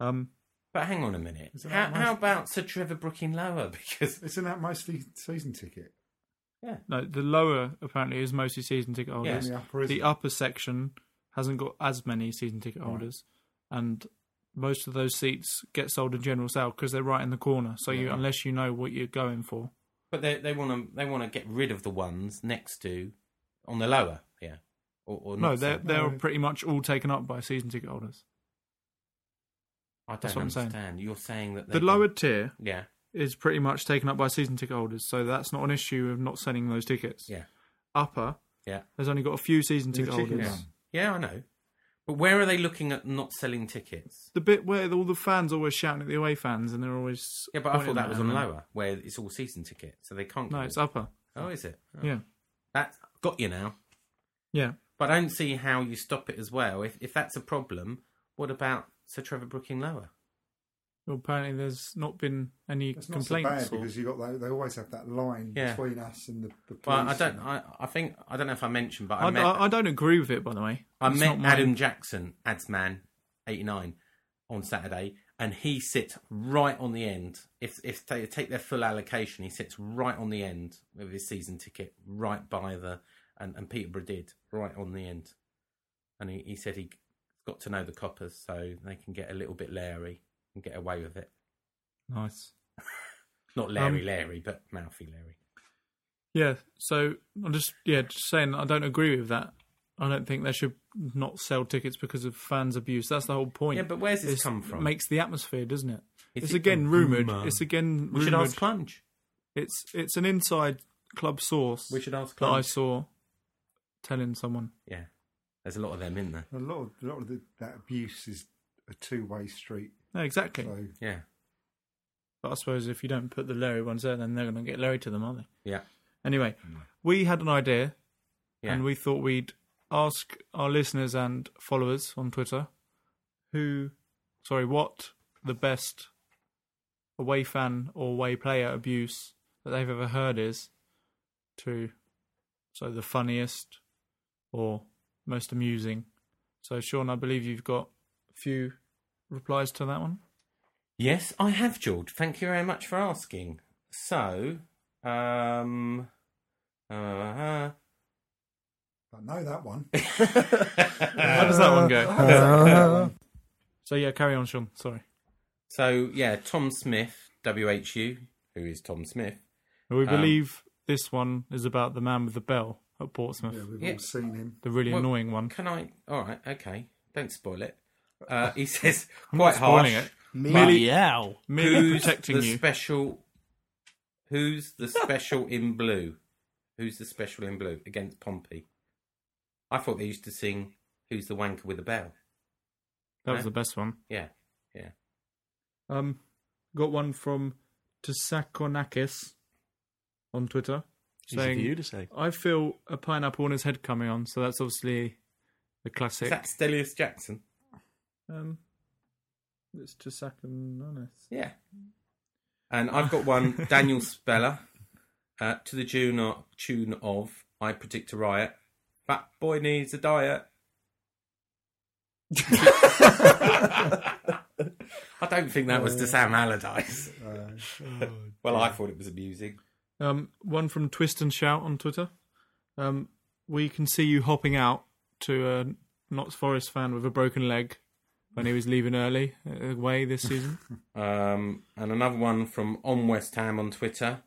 Speaker 2: Um,
Speaker 3: But hang on a minute.
Speaker 4: Is that
Speaker 3: How,
Speaker 4: right?
Speaker 3: how about Sir Trevor Brooking lower? *laughs* Because
Speaker 4: Isn't that mostly season ticket?
Speaker 3: yeah,
Speaker 2: no, the lower apparently is mostly season ticket
Speaker 3: Yeah.
Speaker 2: holders.
Speaker 4: And the upper, is
Speaker 2: the upper section hasn't got as many season ticket
Speaker 4: Right.
Speaker 2: holders, and most of those seats get sold in general sale because they're right in the corner. So you,
Speaker 3: Yeah.
Speaker 2: unless you know what you're going for,
Speaker 3: but they they want to they want to get rid of the ones next to on the lower. Yeah. Or, or
Speaker 2: no,
Speaker 3: not
Speaker 2: they're
Speaker 3: so.
Speaker 2: they're
Speaker 4: No.
Speaker 2: pretty much all taken up by season ticket holders.
Speaker 3: I don't
Speaker 2: that's what I'm saying.
Speaker 3: understand. You're saying that
Speaker 2: The
Speaker 3: they
Speaker 2: lower
Speaker 3: can-
Speaker 2: tier
Speaker 3: Yeah.
Speaker 2: is pretty much taken up by season ticket holders, so that's not an issue of not selling those tickets.
Speaker 3: Yeah.
Speaker 2: Upper,
Speaker 3: Yeah.
Speaker 2: there's only got a few season
Speaker 4: The
Speaker 2: ticket
Speaker 4: chicken
Speaker 2: holders.
Speaker 4: run.
Speaker 3: Yeah. I know. But where are they looking at not selling tickets?
Speaker 2: The bit where all the fans always shouting at the away fans, and they're always
Speaker 3: Yeah, but I
Speaker 2: pointing
Speaker 3: thought that
Speaker 2: at
Speaker 3: was
Speaker 2: them
Speaker 3: on
Speaker 2: and-
Speaker 3: lower, where it's all season ticket, so they can't.
Speaker 2: No,
Speaker 3: get
Speaker 2: it's
Speaker 3: it.
Speaker 2: upper.
Speaker 3: Oh, is it? Oh.
Speaker 2: Yeah,
Speaker 3: that's got you now.
Speaker 2: yeah.
Speaker 3: But I don't see how you stop it as well. If if that's a problem, what about Sir Trevor Brooking lower?
Speaker 2: Well, apparently there's not been any
Speaker 4: It's not so
Speaker 2: complaints.
Speaker 4: bad
Speaker 2: or-
Speaker 4: because you got that, they always have that line
Speaker 3: Yeah.
Speaker 4: between us and the, the police.
Speaker 3: Well, I don't. I, I think I don't know if I mentioned, but I,
Speaker 2: I,
Speaker 3: met
Speaker 2: I, I don't agree with it, by the way.
Speaker 3: I
Speaker 2: It's
Speaker 3: met
Speaker 2: not my-
Speaker 3: Adam Jackson, Adsman, eighty nine, on Saturday, and he sits right on the end. If if they take their full allocation, he sits right on the end with his season ticket, right by the and and Peterborough did right on the end, and he, he said he got to know the coppers so they can get a little bit Larry and get away with it.
Speaker 2: Nice.
Speaker 3: Not
Speaker 2: Um,
Speaker 3: Larry, Larry, but mouthy Larry.
Speaker 2: Yeah. So I'm just yeah just saying I don't agree with that. I don't think they should not sell tickets because of fans abuse. That's the whole point.
Speaker 3: Yeah, but where's this
Speaker 2: It's-
Speaker 3: come from?
Speaker 2: Makes the atmosphere, doesn't it?
Speaker 3: Is
Speaker 2: it's
Speaker 3: it
Speaker 2: again
Speaker 3: a
Speaker 2: rumored.
Speaker 3: rumour?
Speaker 2: It's again
Speaker 3: We should
Speaker 2: rumored.
Speaker 3: ask Plunge.
Speaker 2: It's it's an inside club source.
Speaker 3: We should ask
Speaker 2: that I
Speaker 3: Plunge.
Speaker 2: saw telling someone.
Speaker 3: Yeah, there's a lot of them in there.
Speaker 4: A lot of, a lot of the, that abuse is a two-way street.
Speaker 2: No, exactly.
Speaker 4: So
Speaker 3: Yeah,
Speaker 2: But I suppose if you don't put the Larry ones there, then they're going to get Larry to them, aren't they?
Speaker 3: yeah,
Speaker 2: Anyway, we had an idea
Speaker 3: yeah.
Speaker 2: and we thought we'd ask our listeners and followers on Twitter who, sorry, what the best away fan or away player abuse that they've ever heard is to so the funniest or most amusing. So Sean, I believe you've got a few replies to that one.
Speaker 3: Yes, I have, George. Thank you very much for asking. So, um, uh,
Speaker 4: I know that one.
Speaker 2: How does that one go? So yeah, carry on, Sean. Sorry.
Speaker 3: *laughs* so yeah, Tom Smith, WHU, who is Tom Smith.
Speaker 2: We
Speaker 3: Um,
Speaker 2: believe this one is about the man with the bell at Portsmouth,
Speaker 4: yeah, we've
Speaker 3: Yeah.
Speaker 4: all seen him.
Speaker 2: the really
Speaker 3: Well,
Speaker 2: annoying one.
Speaker 3: Can I? All right, okay. Don't spoil it. Uh, he says
Speaker 2: I'm
Speaker 3: quite
Speaker 2: not spoiling
Speaker 3: harsh.
Speaker 2: it.
Speaker 5: Merely ow.
Speaker 2: Merely
Speaker 3: Who's
Speaker 2: protecting
Speaker 3: the
Speaker 2: you.
Speaker 3: special? Who's
Speaker 2: *laughs*
Speaker 3: the special in blue? Who's the special in blue against Pompey? I thought they used to sing "Who's the wanker with a bell."
Speaker 2: that was the best one.
Speaker 3: Yeah, yeah.
Speaker 2: Um, got one from Tsakonakis on Twitter
Speaker 5: Easy for you
Speaker 2: saying,
Speaker 5: to say.
Speaker 2: "I feel a pineapple on his head coming on." So that's obviously the
Speaker 3: Is
Speaker 2: classic.
Speaker 3: that Stelios Jackson?
Speaker 2: Um, it's Tsakonakis.
Speaker 3: Yeah. And I've got one, Daniel Speller, uh, to the tune of, tune of I Predict a Riot. Fat boy needs a diet. *laughs* I don't think that was to Sam Allardyce. *laughs* well, I thought it was amusing.
Speaker 2: Um, one from Twist and Shout on Twitter. Um, we can see you hopping out to a Knox Forest fan with a broken leg when he was leaving early uh, away this season.
Speaker 3: Um, and another one from On West Ham on Twitter.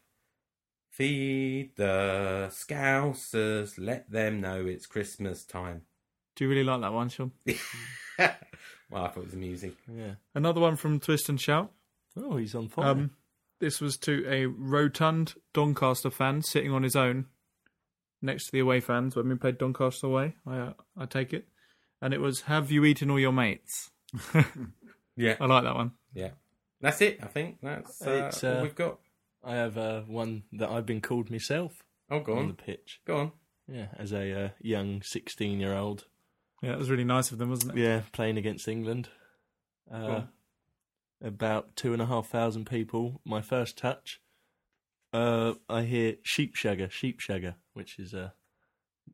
Speaker 3: Feed the Scousers, let them know it's Christmas *laughs* time.
Speaker 2: Do you really like that one, Sean?
Speaker 3: well, I thought it was amusing.
Speaker 5: Yeah.
Speaker 2: Another one from Twist and Shout.
Speaker 5: Oh, he's on fire.
Speaker 2: Um, this was to a rotund Doncaster fan sitting on his own next to the away fans when we played Doncaster away. I uh, I take it, and it was "Have you eaten all your mates?" *laughs*
Speaker 3: Yeah.
Speaker 2: I like that one.
Speaker 3: Yeah. That's it, I think. That's uh,
Speaker 5: It's, uh,
Speaker 3: all we've got.
Speaker 5: I have uh, one that I've been called myself
Speaker 3: Oh, go
Speaker 5: on the
Speaker 3: on.
Speaker 5: pitch.
Speaker 3: Go on.
Speaker 5: Yeah, as a uh, young 16 year old.
Speaker 2: Yeah, it was really nice of them, wasn't it?
Speaker 5: Yeah, playing against England. Uh,
Speaker 2: on.
Speaker 5: about two and a half thousand people. My first touch, uh, I hear sheep shagger, sheep shagger, which is uh,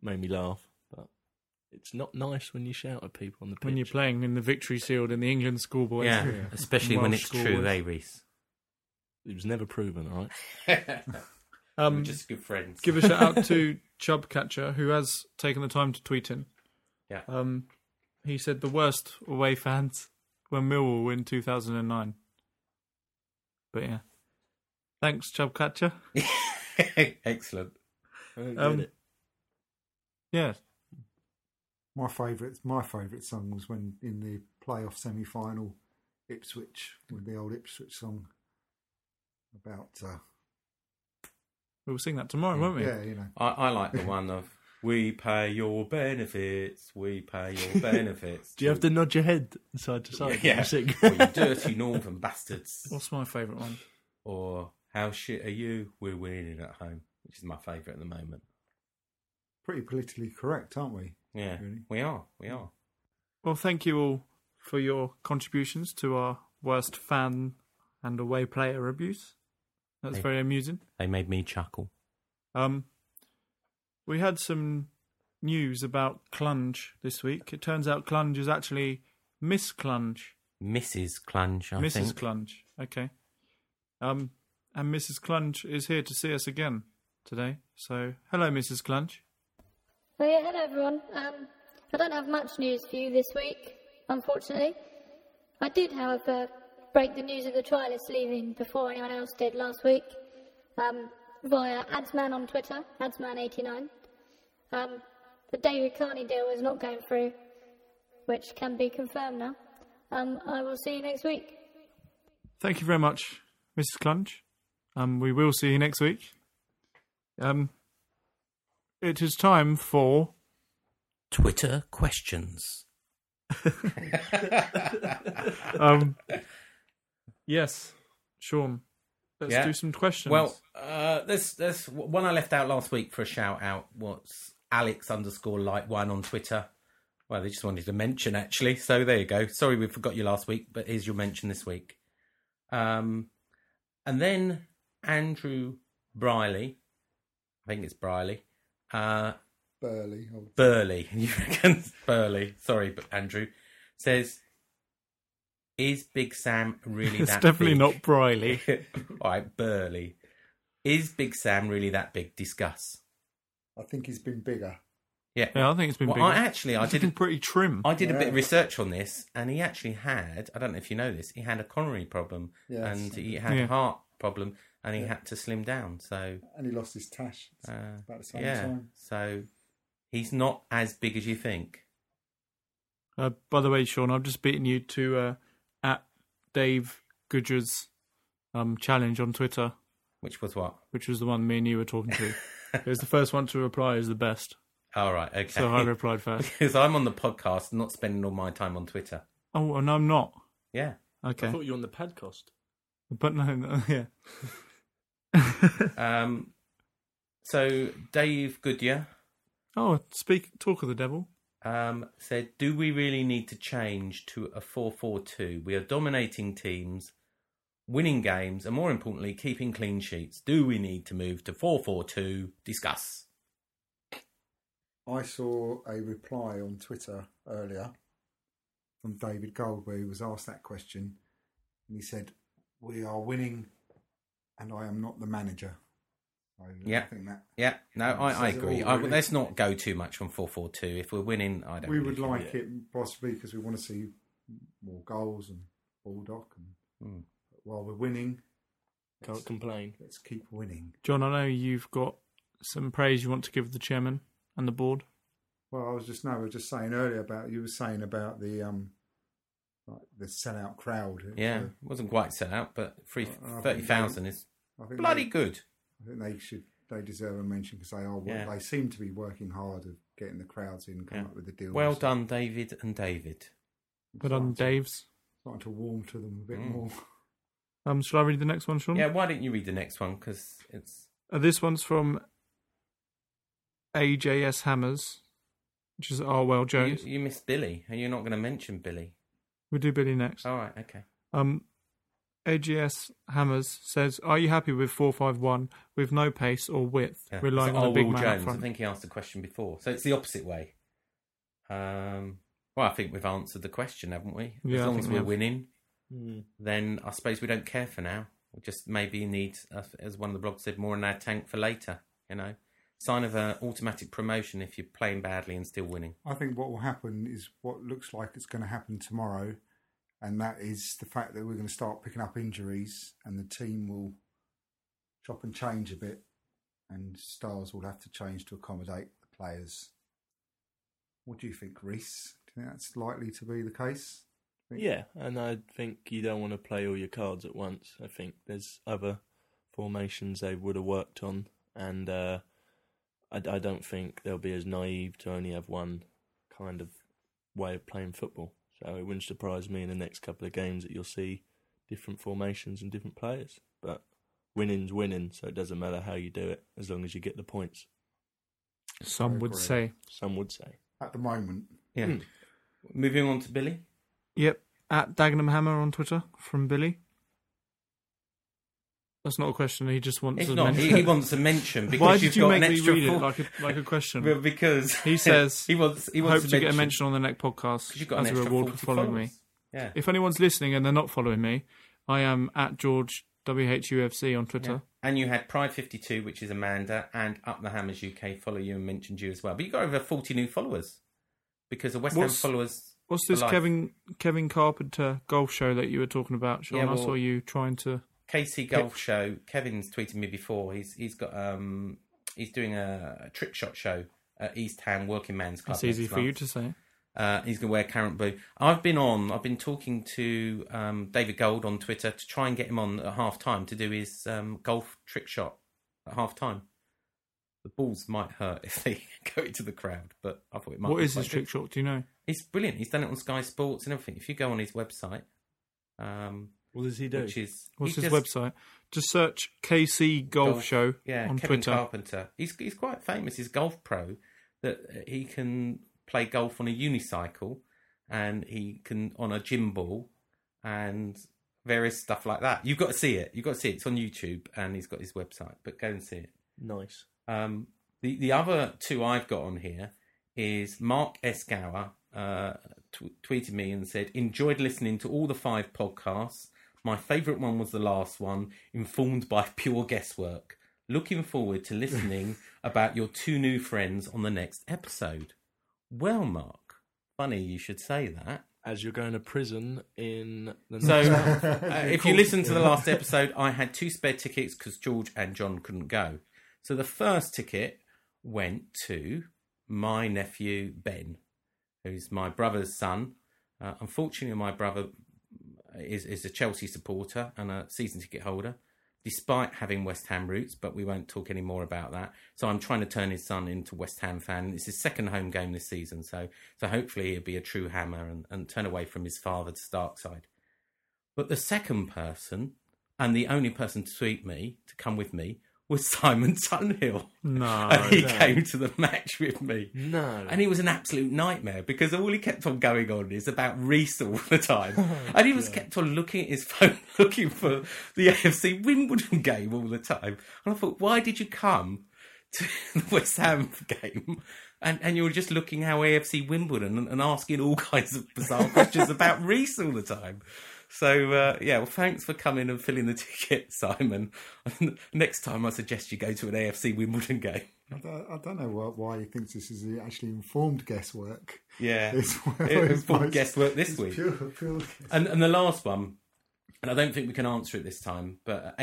Speaker 5: made me laugh. But it's not nice when you shout at people on the pitch.
Speaker 2: when you're playing in the victory shield in the England schoolboys.
Speaker 3: yeah. Especially when
Speaker 2: Welsh
Speaker 3: it's
Speaker 2: schoolboys.
Speaker 3: true, eh, *laughs* Reese?
Speaker 5: It was never proven, all right?
Speaker 3: We're
Speaker 2: Um,
Speaker 3: just good friends.
Speaker 2: give a shout out to *laughs* Chubb Catcher who has taken the time to tweet in.
Speaker 3: Yeah.
Speaker 5: uh,
Speaker 2: Um, he said the worst away fans were Millwall in 2009. But yeah, thanks Chubb Catcher.
Speaker 3: *laughs* Excellent.
Speaker 5: I don't get
Speaker 2: Um,
Speaker 5: it.
Speaker 2: Yeah,
Speaker 4: My favourite, my favourite song was when in the playoff semi-final, Ipswich with the old Ipswich song about uh,
Speaker 2: we'll sing that tomorrow,
Speaker 3: Oh,
Speaker 2: won't we?
Speaker 4: yeah, you know,
Speaker 3: I, I like the one of we pay your benefits, we pay
Speaker 5: *laughs*
Speaker 3: your benefits.
Speaker 5: Do you have to nod your head side to side? when
Speaker 3: Yeah.
Speaker 5: you sing?
Speaker 3: or you
Speaker 5: *laughs*
Speaker 2: *laughs*
Speaker 3: dirty northern bastards.
Speaker 2: What's my favourite one?
Speaker 3: Or how shit are you? We're winning at home, which is my favourite at the moment.
Speaker 4: pretty politically correct, aren't we?
Speaker 3: Yeah.
Speaker 4: Really?
Speaker 3: We are. We are.
Speaker 2: Well, thank you all for your contributions to our worst fan and away player abuse. That's
Speaker 3: Hey.
Speaker 2: very amusing.
Speaker 3: They made me chuckle.
Speaker 2: Um, we had some news about Clunge this week. It turns out Clunge is actually Miss Clunge,
Speaker 3: Mrs. Clunge, I
Speaker 2: Mrs.
Speaker 3: think.
Speaker 2: Clunge. Okay. Um, and Mrs. Clunge is here to see us again today. So, hello, Mrs. Clunge.
Speaker 6: So yeah, hello everyone. Um, I don't have much news for you this week, unfortunately. I did, however, break the news of the trialist leaving before anyone else did last week um, via Adsman on Twitter, Adsman89. Um, the David Carney deal is not going through, which can be confirmed now. Um, I will see you next week.
Speaker 2: Thank you very much, Mrs. Clunge. Um, we will see you next week. Um, it is time for
Speaker 3: Twitter
Speaker 2: *laughs*
Speaker 3: *laughs* questions. *laughs*
Speaker 2: um, yes, Sean. Let's
Speaker 3: Yeah.
Speaker 2: do some questions.
Speaker 3: Well, uh, this this one I left out last week for a shout out was Alex underscore light one on Twitter. Well, they just wanted to mention actually. So there you go. Sorry we forgot you last week, but here's your mention this week. Um, And then Andrew Briley, I think it's Briley, uh,
Speaker 4: Burley. I would-
Speaker 3: Burley, *laughs* you reckon Burley? Sorry, but Andrew says, "Is Big Sam
Speaker 2: *laughs*
Speaker 3: really
Speaker 2: it's
Speaker 3: that?"
Speaker 2: definitely
Speaker 3: big?
Speaker 2: not Briley.
Speaker 3: *laughs* All right, Burley. Is Big Sam really that big? Discuss.
Speaker 4: I think he's been bigger.
Speaker 3: Yeah,
Speaker 2: Yeah, I think it's been
Speaker 3: Well,
Speaker 2: big.
Speaker 3: I actually, I
Speaker 2: It's been *laughs*
Speaker 3: did.
Speaker 2: pretty trim.
Speaker 3: I did a bit
Speaker 4: Yeah.
Speaker 3: of research on this, and he actually had. I don't know if you know this. He had a coronary problem,
Speaker 4: Yes.
Speaker 3: and he had
Speaker 2: Yeah.
Speaker 3: a heart problem, and he
Speaker 4: Yeah.
Speaker 3: had to slim down. So,
Speaker 4: And he lost his tash
Speaker 3: uh,
Speaker 4: about the same
Speaker 3: yeah.
Speaker 4: time.
Speaker 3: So, he's not as big as you think.
Speaker 2: Uh, by the way, Sean, I've just beaten you to uh, at Dave Goodger's um, challenge on Twitter,
Speaker 3: Which was what?
Speaker 2: which was the one me and you were talking
Speaker 3: *laughs*
Speaker 2: to. it was the first one to reply is the best.
Speaker 3: All right, okay.
Speaker 2: So
Speaker 3: *laughs*
Speaker 2: I replied first.
Speaker 3: because I'm on the podcast, not spending all my time on Twitter.
Speaker 2: Oh, and I'm not. *laughs*
Speaker 3: Yeah.
Speaker 5: I
Speaker 2: Okay.
Speaker 5: thought you were on the podcast.
Speaker 2: But no, no *laughs* yeah.
Speaker 3: Um, so Dave Goodyear
Speaker 2: Oh, speak talk of the devil.
Speaker 3: um, said, "Do we really need to change to a four-four-two? We are dominating teams, winning games, and more importantly, keeping clean sheets. Do we need to move to four-four-two? Discuss."
Speaker 4: I saw a reply on Twitter earlier from David Gold where he was asked that question, and he said, "We are winning, and I am not the manager." So I
Speaker 3: Yeah.
Speaker 4: think that
Speaker 3: Yeah, no, I, I
Speaker 4: Says it
Speaker 3: agree.
Speaker 4: all,
Speaker 3: I,
Speaker 4: really.
Speaker 3: let's not go too much on four-four-two. If we're winning, I don't.
Speaker 4: we
Speaker 3: really
Speaker 4: would
Speaker 3: care.
Speaker 4: like it possibly because we want to see more goals and Baldock, and
Speaker 3: Mm.
Speaker 4: while we're winning,
Speaker 5: Can't complain.
Speaker 4: let's keep winning.
Speaker 2: John, I know you've got some praise you want to give the chairman and the board.
Speaker 4: Well, I was just no, I was just saying earlier about you were saying about the um, like the sellout crowd. It's,
Speaker 3: Yeah,
Speaker 4: uh,
Speaker 3: wasn't quite set out, but three
Speaker 4: I- I think
Speaker 3: thirty thousand is
Speaker 4: I think
Speaker 3: bloody
Speaker 4: they-
Speaker 3: good.
Speaker 4: I think they should. They deserve a mention because they are. wor-
Speaker 3: Yeah.
Speaker 4: They seem to be working hard of getting the crowds in, coming
Speaker 3: Yeah.
Speaker 4: up with the deals.
Speaker 3: Well done, David and David.
Speaker 2: But on Dave's.
Speaker 4: Starting to warm to them a bit
Speaker 3: Mm.
Speaker 4: more.
Speaker 2: Um, shall I read the next one, Sean?
Speaker 3: Yeah, why don't you read the next one? Because it's
Speaker 2: Uh, this one's from AJS Hammers, which is Arwell
Speaker 3: you,
Speaker 2: Jones.
Speaker 3: you missed Billy, and you're not going to mention Billy.
Speaker 2: We'll do Billy next.
Speaker 3: All right, okay.
Speaker 2: Um, AGS Hammers says, "Are you happy with four five one with no pace or width,
Speaker 3: Yeah.
Speaker 2: relying
Speaker 3: So
Speaker 2: on the big
Speaker 3: Arwell
Speaker 2: man
Speaker 3: Jones.
Speaker 2: up
Speaker 3: I
Speaker 2: front?"
Speaker 3: think he asked the question before, so it's the opposite way. Um, well, I think we've answered the question, haven't we?
Speaker 2: Yeah, I
Speaker 3: as long
Speaker 2: think
Speaker 3: as
Speaker 2: we
Speaker 3: we're
Speaker 2: have.
Speaker 3: winning,
Speaker 5: Mm.
Speaker 3: then I suppose we don't care for now. We just maybe need, uh, as one of the blogs said, more in our tank for later. You know, sign of an automatic promotion if you're playing badly and still winning.
Speaker 4: I think what will happen is what looks like it's going to happen tomorrow, and that is the fact that we're going to start picking up injuries, and the team will chop and change a bit, and stars will have to change to accommodate the players. What do you think, Reese? Do you think that's likely to be the case? Think-
Speaker 5: Yeah, and I think you don't want to play all your cards at once. I think there's other formations they would have worked on, and uh, I, I don't think they'll be as naive to only have one kind of way of playing football. So it wouldn't surprise me in the next couple of games that you'll see different formations and different players. But winning's winning, so it doesn't matter how you do it as long as you get the points.
Speaker 2: Some would
Speaker 4: Agree.
Speaker 2: say,
Speaker 5: Some would say.
Speaker 4: At the moment,
Speaker 3: Yeah. Hmm. Moving on to Billy.
Speaker 2: "Yep." At Dagenham Hammer on Twitter from Billy. That's not a question. He just wants
Speaker 3: It's
Speaker 2: to
Speaker 3: not.
Speaker 2: mention.
Speaker 3: He, he wants a mention because
Speaker 2: Why
Speaker 3: you've
Speaker 2: did you
Speaker 3: got
Speaker 2: make
Speaker 3: an
Speaker 2: me
Speaker 3: extra
Speaker 2: read it
Speaker 3: four-
Speaker 2: like a like a question?
Speaker 3: *laughs* Well, because
Speaker 2: He says
Speaker 3: *laughs* he wants
Speaker 2: *laughs*
Speaker 3: he
Speaker 2: Hope
Speaker 3: wants
Speaker 2: to,
Speaker 3: mention,
Speaker 2: get a mention on the next podcast
Speaker 3: 'cause you've got
Speaker 2: as
Speaker 3: an
Speaker 2: a
Speaker 3: extra
Speaker 2: reward for
Speaker 3: 40
Speaker 2: following me.
Speaker 3: followers. Yeah,
Speaker 2: If anyone's listening and they're not following me, I am at George WHUFC on Twitter.
Speaker 3: yeah. And you had Pride fifty two, which is Amanda, and Up the Hammers UK follow you and mentioned you as well. But you got over forty new followers because the West Ham
Speaker 2: What's-
Speaker 3: followers.
Speaker 2: What's this
Speaker 3: for life.
Speaker 2: Kevin Kevin Carpenter golf show that you were talking about, Sean?
Speaker 3: Yeah, well-
Speaker 2: I saw you trying to.
Speaker 3: Casey Golf Show? Kevin's tweeted me before. He's he's got um he's doing a, a trick shot show at East Ham Working Man's Club.
Speaker 2: It's easy
Speaker 3: next
Speaker 2: for you
Speaker 3: month.
Speaker 2: to say.
Speaker 3: Uh, he's going to wear current blue. I've been on. I've been talking to um, David Gold on Twitter to try and get him on at half time to do his um, golf trick shot at half time. The balls might hurt *laughs* if they go into the crowd, but I thought it might.
Speaker 2: What
Speaker 3: be
Speaker 2: is
Speaker 3: quite
Speaker 2: his trick
Speaker 3: good.
Speaker 2: shot? Do you know?
Speaker 3: It's brilliant. He's done it on Sky Sports and everything. If you go on his website, um,
Speaker 5: What does he do?
Speaker 3: which is
Speaker 2: What's
Speaker 3: he
Speaker 2: his
Speaker 3: just-
Speaker 2: website? Just search KC Golf, Show
Speaker 3: yeah,
Speaker 2: on
Speaker 3: Kevin
Speaker 2: Twitter.
Speaker 3: Carpenter. He's he's quite famous. He's a golf pro that uh, he can play golf on a unicycle and he can on a gym ball and various stuff like that. You've got to see it. You've got to see it. It's on YouTube, and he's got his website. But go and see it.
Speaker 5: Nice.
Speaker 3: Um, the the other two I've got on here is Mark Escower uh, t- tweeted me and said enjoyed listening to all the five podcasts. My favourite one was the last one, informed by *laughs* pure guesswork. Looking forward to listening about your two new friends on the next episode. Well, Mark, funny you should say that.
Speaker 5: As you're going to prison in the
Speaker 3: So,
Speaker 5: *laughs* next-
Speaker 3: uh, if you listen to the last episode, I had two spare tickets because George and John couldn't go. So the first ticket went to my nephew Ben, who's my brother's son. Uh, unfortunately, my brother is is a Chelsea supporter and a season ticket holder, despite having West Ham roots. But we won't talk any more about that. So I'm trying to turn his son into West Ham fan. It's his second home game this season, so so hopefully he'll be a true hammer and, and turn away from his father's stark side. But the second person, and the only person to tweet me to come with me, was Simon *laughs* Tunhill.
Speaker 2: No.
Speaker 3: and *laughs* he
Speaker 2: no.
Speaker 3: came to the match with me.
Speaker 5: no.
Speaker 3: And he was an absolute nightmare because all he kept on going on is about Reese all the time. and he was kept on looking at his *laughs* phone, looking for the AFC Wimbledon game all the time. And I thought, why did you come to *laughs* the West Ham game? And, and you were just looking how AFC Wimbledon and, and asking all *laughs* kinds of bizarre questions about Reese all the time. So uh, yeah, well, thanks for coming and filling the *laughs* ticket, Simon. *laughs* Next time, I suggest you go to an AFC Wimbledon *laughs* game.
Speaker 4: I don't, I don't know wh- why he thinks this is actually informed guesswork.
Speaker 3: Yeah,
Speaker 4: *laughs* It's one of
Speaker 3: it was
Speaker 4: his
Speaker 3: full
Speaker 4: most-
Speaker 3: guesswork this
Speaker 4: it's
Speaker 3: week.
Speaker 4: Pure, pure guess.
Speaker 3: And and the last one, and I don't think we can answer it this time, but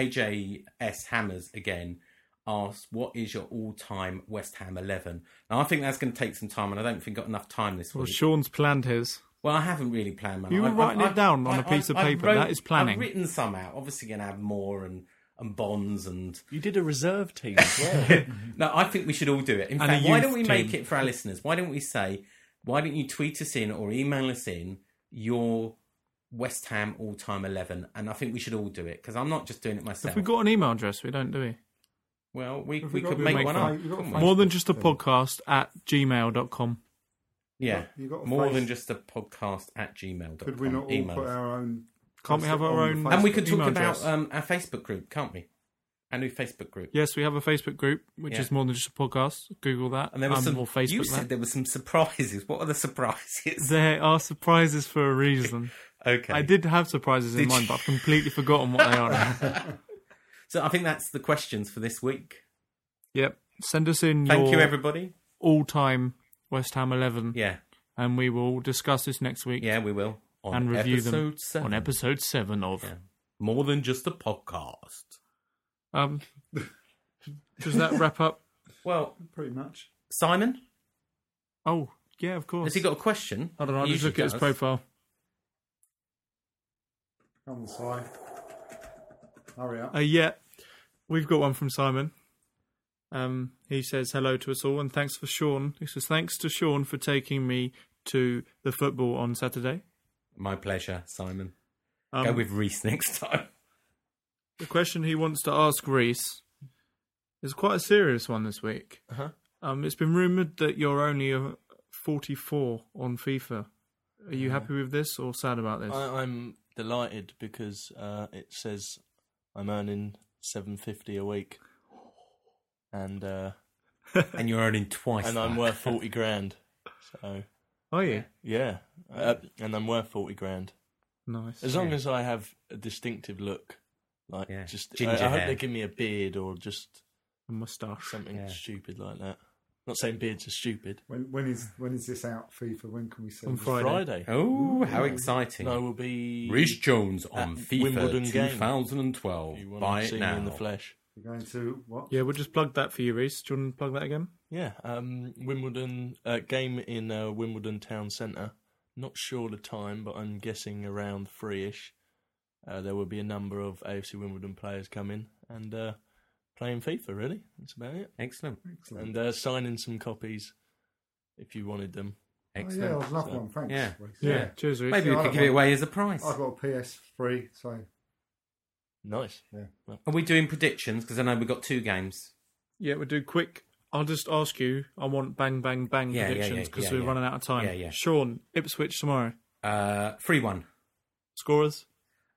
Speaker 3: AJS Hammers again asks, "What is your all-time West Ham 11?" Now I think that's going to take some time, and I don't think I've got enough time this
Speaker 2: Well,
Speaker 3: week.
Speaker 2: Sean's planned his.
Speaker 3: Well, I haven't really planned mine.
Speaker 2: You were
Speaker 3: I've-
Speaker 2: writing
Speaker 3: I've-
Speaker 2: it down on
Speaker 3: I-
Speaker 2: a piece of
Speaker 3: I- I
Speaker 2: paper.
Speaker 3: wrote-
Speaker 2: That is planning.
Speaker 3: I've written some out. Obviously, going to have more and and bonds and
Speaker 5: You did a reserve team as *laughs* well.
Speaker 3: no, Mm-hmm. I think we should all do it. In
Speaker 2: And
Speaker 3: fact,
Speaker 2: a
Speaker 3: why
Speaker 2: youth
Speaker 3: don't we make
Speaker 2: team.
Speaker 3: it for our listeners? Why don't we say, why don't you tweet us in or email us in your West Ham all time 11? And I think we should all do it because I'm not just doing it myself.
Speaker 2: Have we got an email address? We don't, do we?
Speaker 3: well, we,
Speaker 4: Have
Speaker 3: we
Speaker 4: we got
Speaker 3: could
Speaker 4: to
Speaker 3: make
Speaker 2: make
Speaker 3: one
Speaker 2: one?
Speaker 3: up.
Speaker 4: We've got
Speaker 3: couldn't
Speaker 4: to
Speaker 3: we?
Speaker 4: find-
Speaker 2: More than just a
Speaker 4: Yeah.
Speaker 2: podcast at gmail.com.
Speaker 3: yeah,
Speaker 4: you got a
Speaker 3: more than
Speaker 4: face.
Speaker 3: just a podcast at gmail.com.
Speaker 4: Could we not all
Speaker 3: email
Speaker 4: put
Speaker 3: us.
Speaker 4: our own?
Speaker 2: Can't we have our
Speaker 4: on the
Speaker 2: own-
Speaker 4: Facebook?
Speaker 3: and we could
Speaker 2: email
Speaker 3: talk about
Speaker 2: address?
Speaker 3: um, our Facebook group, can't we? Our new Facebook group.
Speaker 2: Yes, we have a Facebook group, which
Speaker 3: Yeah.
Speaker 2: is more than just a podcast. Google that.
Speaker 3: And there was
Speaker 2: um,
Speaker 3: some.
Speaker 2: or Facebook
Speaker 3: you
Speaker 2: that.
Speaker 3: said there were some surprises. What are the *laughs* surprises?
Speaker 2: There are surprises for a reason.
Speaker 3: okay.
Speaker 2: I did have surprises in
Speaker 3: Did
Speaker 2: mind,
Speaker 3: you?
Speaker 2: but I've completely forgotten what they are.
Speaker 3: *laughs*
Speaker 2: now.
Speaker 3: So I think that's the questions for this week.
Speaker 2: yep. Send us in
Speaker 3: Thank
Speaker 2: your
Speaker 3: you, everybody.
Speaker 2: all-time West Ham 11,
Speaker 3: Yeah,
Speaker 2: and we will discuss this next week
Speaker 3: yeah, we will. On
Speaker 2: and review them
Speaker 3: episode seven.
Speaker 2: on episode 7 of...
Speaker 3: Yeah. More than just a podcast. *laughs*
Speaker 2: Um, does that wrap up?
Speaker 3: Well,
Speaker 4: Pretty much.
Speaker 3: Simon,
Speaker 2: Oh, yeah, of course.
Speaker 3: has he got a question?
Speaker 2: I don't know,
Speaker 3: He
Speaker 2: just
Speaker 3: usually
Speaker 2: look at his
Speaker 3: does.
Speaker 2: profile.
Speaker 4: On the side. Hurry up.
Speaker 2: Uh, yeah, we've got one from Simon. Um, he says hello to us all and thanks for Sean. He says thanks to Sean for taking me to the football on Saturday.
Speaker 3: My pleasure, Simon.
Speaker 2: Um,
Speaker 3: Go with Reese
Speaker 2: *laughs*
Speaker 3: next time.
Speaker 2: the question he wants to ask Reese is quite a serious one this week.
Speaker 5: Uh-huh.
Speaker 2: Um, it's been rumored that you're only uh, 44 on FIFA. Are you happy with this or sad about this?
Speaker 5: I, I'm delighted because uh, it says I'm earning seven fifty a week, and uh,
Speaker 3: and you're earning twice.
Speaker 5: and I'm
Speaker 3: that. *laughs*
Speaker 5: worth forty grand. So
Speaker 2: Are you?
Speaker 5: yeah, uh, and I'm worth forty grand
Speaker 2: Nice.
Speaker 5: as long
Speaker 3: Yeah.
Speaker 5: as I have a distinctive look. Like
Speaker 3: Yeah,
Speaker 5: just, I,
Speaker 3: ginger
Speaker 5: I hope
Speaker 3: hair.
Speaker 5: they give me a beard or just
Speaker 2: a mustache.
Speaker 5: something
Speaker 3: Yeah.
Speaker 5: stupid like that. Not saying beards are stupid.
Speaker 4: When, when is when is this out, FIFA? When can we see?
Speaker 2: On
Speaker 4: this?
Speaker 2: Friday.
Speaker 5: Friday,
Speaker 3: Oh, how exciting!
Speaker 5: I will be
Speaker 3: Reese Jones on
Speaker 5: At
Speaker 3: FIFA
Speaker 5: Wimbledon game.
Speaker 3: 2012.
Speaker 5: If you want
Speaker 3: Buy
Speaker 5: to
Speaker 3: it
Speaker 5: see
Speaker 3: now.
Speaker 5: me in the flesh.
Speaker 4: We're going to what?
Speaker 2: Yeah, we'll just plug that for you, Reese. Do you want to plug that again?
Speaker 5: Yeah, um, Wimbledon uh, game in uh, Wimbledon Town Centre. Not sure the time, but I'm guessing around three-ish. Uh, there will be a number of AFC Wimbledon players coming and uh, playing FIFA. Really, that's about it.
Speaker 3: Excellent,
Speaker 4: Excellent.
Speaker 5: And uh, signing some copies if you wanted them.
Speaker 4: Oh, yeah,
Speaker 3: excellent.
Speaker 4: I'd love
Speaker 5: So,
Speaker 4: one. Thanks.
Speaker 3: yeah.
Speaker 4: Reece.
Speaker 2: Yeah. Cheers, Reese.
Speaker 3: Maybe we
Speaker 4: I
Speaker 3: could
Speaker 4: don't
Speaker 3: give it
Speaker 4: mind.
Speaker 3: away as a prize.
Speaker 4: I've got a PS3, so
Speaker 5: Nice.
Speaker 4: yeah.
Speaker 3: Are we doing predictions? Because I know we've got two games.
Speaker 2: Yeah, we'll do quick. I'll just ask you. I want bang, bang, bang
Speaker 3: Yeah, yeah, yeah,
Speaker 2: predictions because
Speaker 3: yeah,
Speaker 2: we're
Speaker 3: yeah.
Speaker 2: running out of time.
Speaker 3: Yeah, yeah.
Speaker 2: Sean, Ipswich tomorrow.
Speaker 3: Uh, free one.
Speaker 2: Scorers?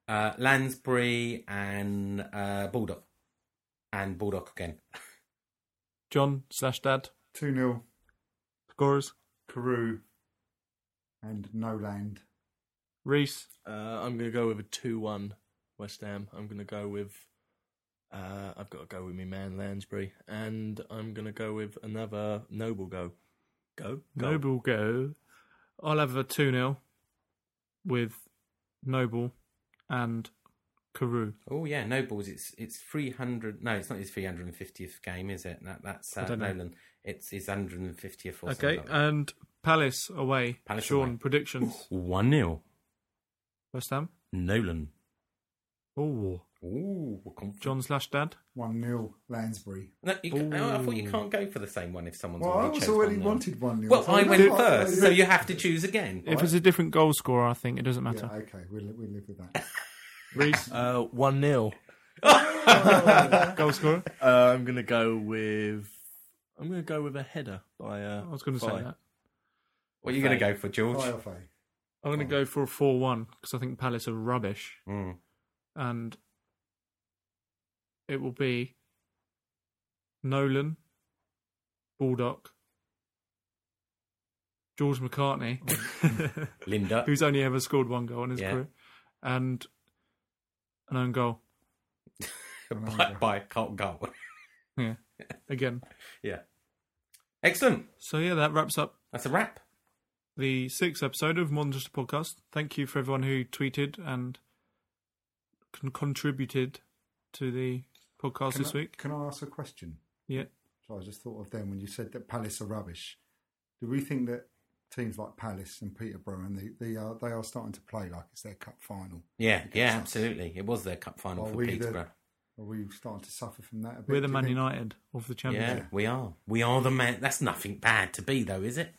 Speaker 3: uh, Lansbury and uh, Baldock. And Baldock again.
Speaker 2: John slash Dad
Speaker 4: 2 0,
Speaker 2: scorers.
Speaker 4: Carew and Noland.
Speaker 2: Reese.
Speaker 5: Uh, I'm going to go with a 2 1 West Ham. I'm going to go with. Uh, I've got to go with me man Lansbury, and I'm going to go with another Noble go. Go? Go.
Speaker 2: Noble go. I'll have a 2 0 with Noble and Carew.
Speaker 3: Oh yeah, Nobles. It's it's three hundred. No, it's not his three hundred and fiftieth game, is it? That, that's
Speaker 2: I
Speaker 3: uh,
Speaker 2: don't know.
Speaker 3: Nolan. It's his hundred and fiftieth. or
Speaker 2: Okay, uh, and Palace away.
Speaker 3: Palace
Speaker 2: Sean,
Speaker 3: away.
Speaker 2: predictions.
Speaker 3: one 0
Speaker 2: West Ham.
Speaker 3: Nolan.
Speaker 2: Oh,
Speaker 3: Ooh, we're confident.
Speaker 2: John slash Dad.
Speaker 4: 1 0, Lansbury.
Speaker 3: No, you ca- I thought you can't go for the same one if someone's
Speaker 4: Well, I
Speaker 3: already
Speaker 4: was
Speaker 3: chose
Speaker 4: already
Speaker 3: 1-0.
Speaker 4: wanted 1 0.
Speaker 3: Well, I went first, so you have to choose again.
Speaker 4: *laughs*
Speaker 2: If it's a different goal scorer, I think it doesn't matter.
Speaker 4: Yeah, okay, we'll, we'll live with that.
Speaker 3: *laughs*
Speaker 2: Reese,
Speaker 5: Uh, 1 0.
Speaker 2: goal scorer.
Speaker 5: Uh, I'm going to go with. I'm going to go with a header by. Uh,
Speaker 2: I was going to say
Speaker 5: by-
Speaker 2: that.
Speaker 3: What are you going to go for, George?
Speaker 4: Bye, off, eh?
Speaker 2: I'm going to go for a 4 1 because I think Palace are rubbish.
Speaker 3: Mm.
Speaker 2: And it will be Nolan, Baldock, George
Speaker 3: *laughs*
Speaker 2: McCartney,
Speaker 3: Linda. *laughs*
Speaker 2: who's only ever scored one goal in his
Speaker 3: Yeah.
Speaker 2: career, and an own goal.
Speaker 3: by, by can't go. *laughs*
Speaker 2: Yeah, again.
Speaker 3: yeah. Excellent.
Speaker 2: So, yeah, that wraps up
Speaker 3: That's a wrap.
Speaker 2: the sixth episode of Modern Justice Podcast. Thank you for everyone who tweeted and con- contributed to the podcast
Speaker 4: Can
Speaker 2: this
Speaker 4: I-
Speaker 2: week.
Speaker 4: Can I ask a question?
Speaker 2: Yeah.
Speaker 4: So I just thought of then when you said that Palace are rubbish. Do we think that teams like Palace and Peterborough and they, they are they are starting to play like it's their cup final?
Speaker 3: Yeah,
Speaker 4: Against
Speaker 3: yeah,
Speaker 4: us?
Speaker 3: absolutely. It was their cup final
Speaker 4: Are
Speaker 3: for
Speaker 4: we the-
Speaker 3: Peterborough.
Speaker 4: Are we starting to suffer from that? A bit,
Speaker 2: We're the
Speaker 4: do you
Speaker 2: Man
Speaker 4: think?
Speaker 2: United of the
Speaker 3: yeah,
Speaker 2: Championship.
Speaker 3: we are. We are the man. That's nothing bad to be, though, is it?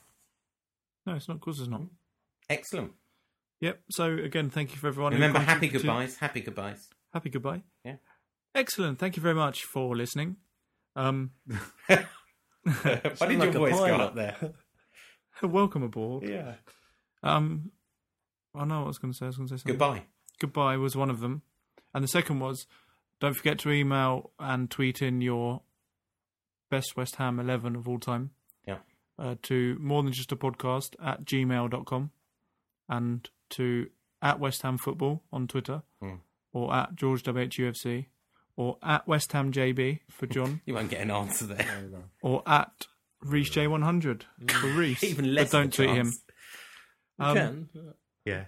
Speaker 2: No, it's not. Of course, it's not.
Speaker 3: Excellent.
Speaker 2: Yep. So again, thank you for everyone. who
Speaker 3: Remember, happy
Speaker 2: contributed.
Speaker 3: goodbyes. Happy goodbyes.
Speaker 2: Happy goodbye.
Speaker 3: *laughs* Yeah.
Speaker 2: Excellent. Thank you very much for listening. Um, *laughs*
Speaker 3: Why did your
Speaker 5: like a
Speaker 3: voice go
Speaker 5: pilot.
Speaker 3: up there? *laughs*
Speaker 2: welcome aboard.
Speaker 3: yeah.
Speaker 2: Um, I know what I was going to say. I was going to say something.
Speaker 3: Goodbye.
Speaker 2: goodbye was one of them, and the second was don't forget to email and tweet in your best West Ham eleven of all time
Speaker 3: Yeah.
Speaker 2: uh, to more than just a podcast at gmail.com and to at West Ham Football on Twitter
Speaker 3: Mm.
Speaker 2: or at George WHUFC or at West Ham JB for
Speaker 3: *laughs*
Speaker 2: John
Speaker 3: You won't get an answer there.
Speaker 4: There you go.
Speaker 2: or at Reese J100 for Reese.
Speaker 3: *laughs* Mm. *laughs* Even less.
Speaker 2: but
Speaker 3: of a
Speaker 2: don't tweet him.
Speaker 3: chance.
Speaker 5: You
Speaker 2: Um,
Speaker 5: can.
Speaker 3: Yeah.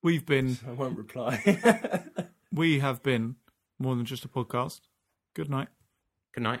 Speaker 2: We've been,
Speaker 5: I won't reply.
Speaker 2: we have been more than just a podcast. Good night.
Speaker 3: Good night.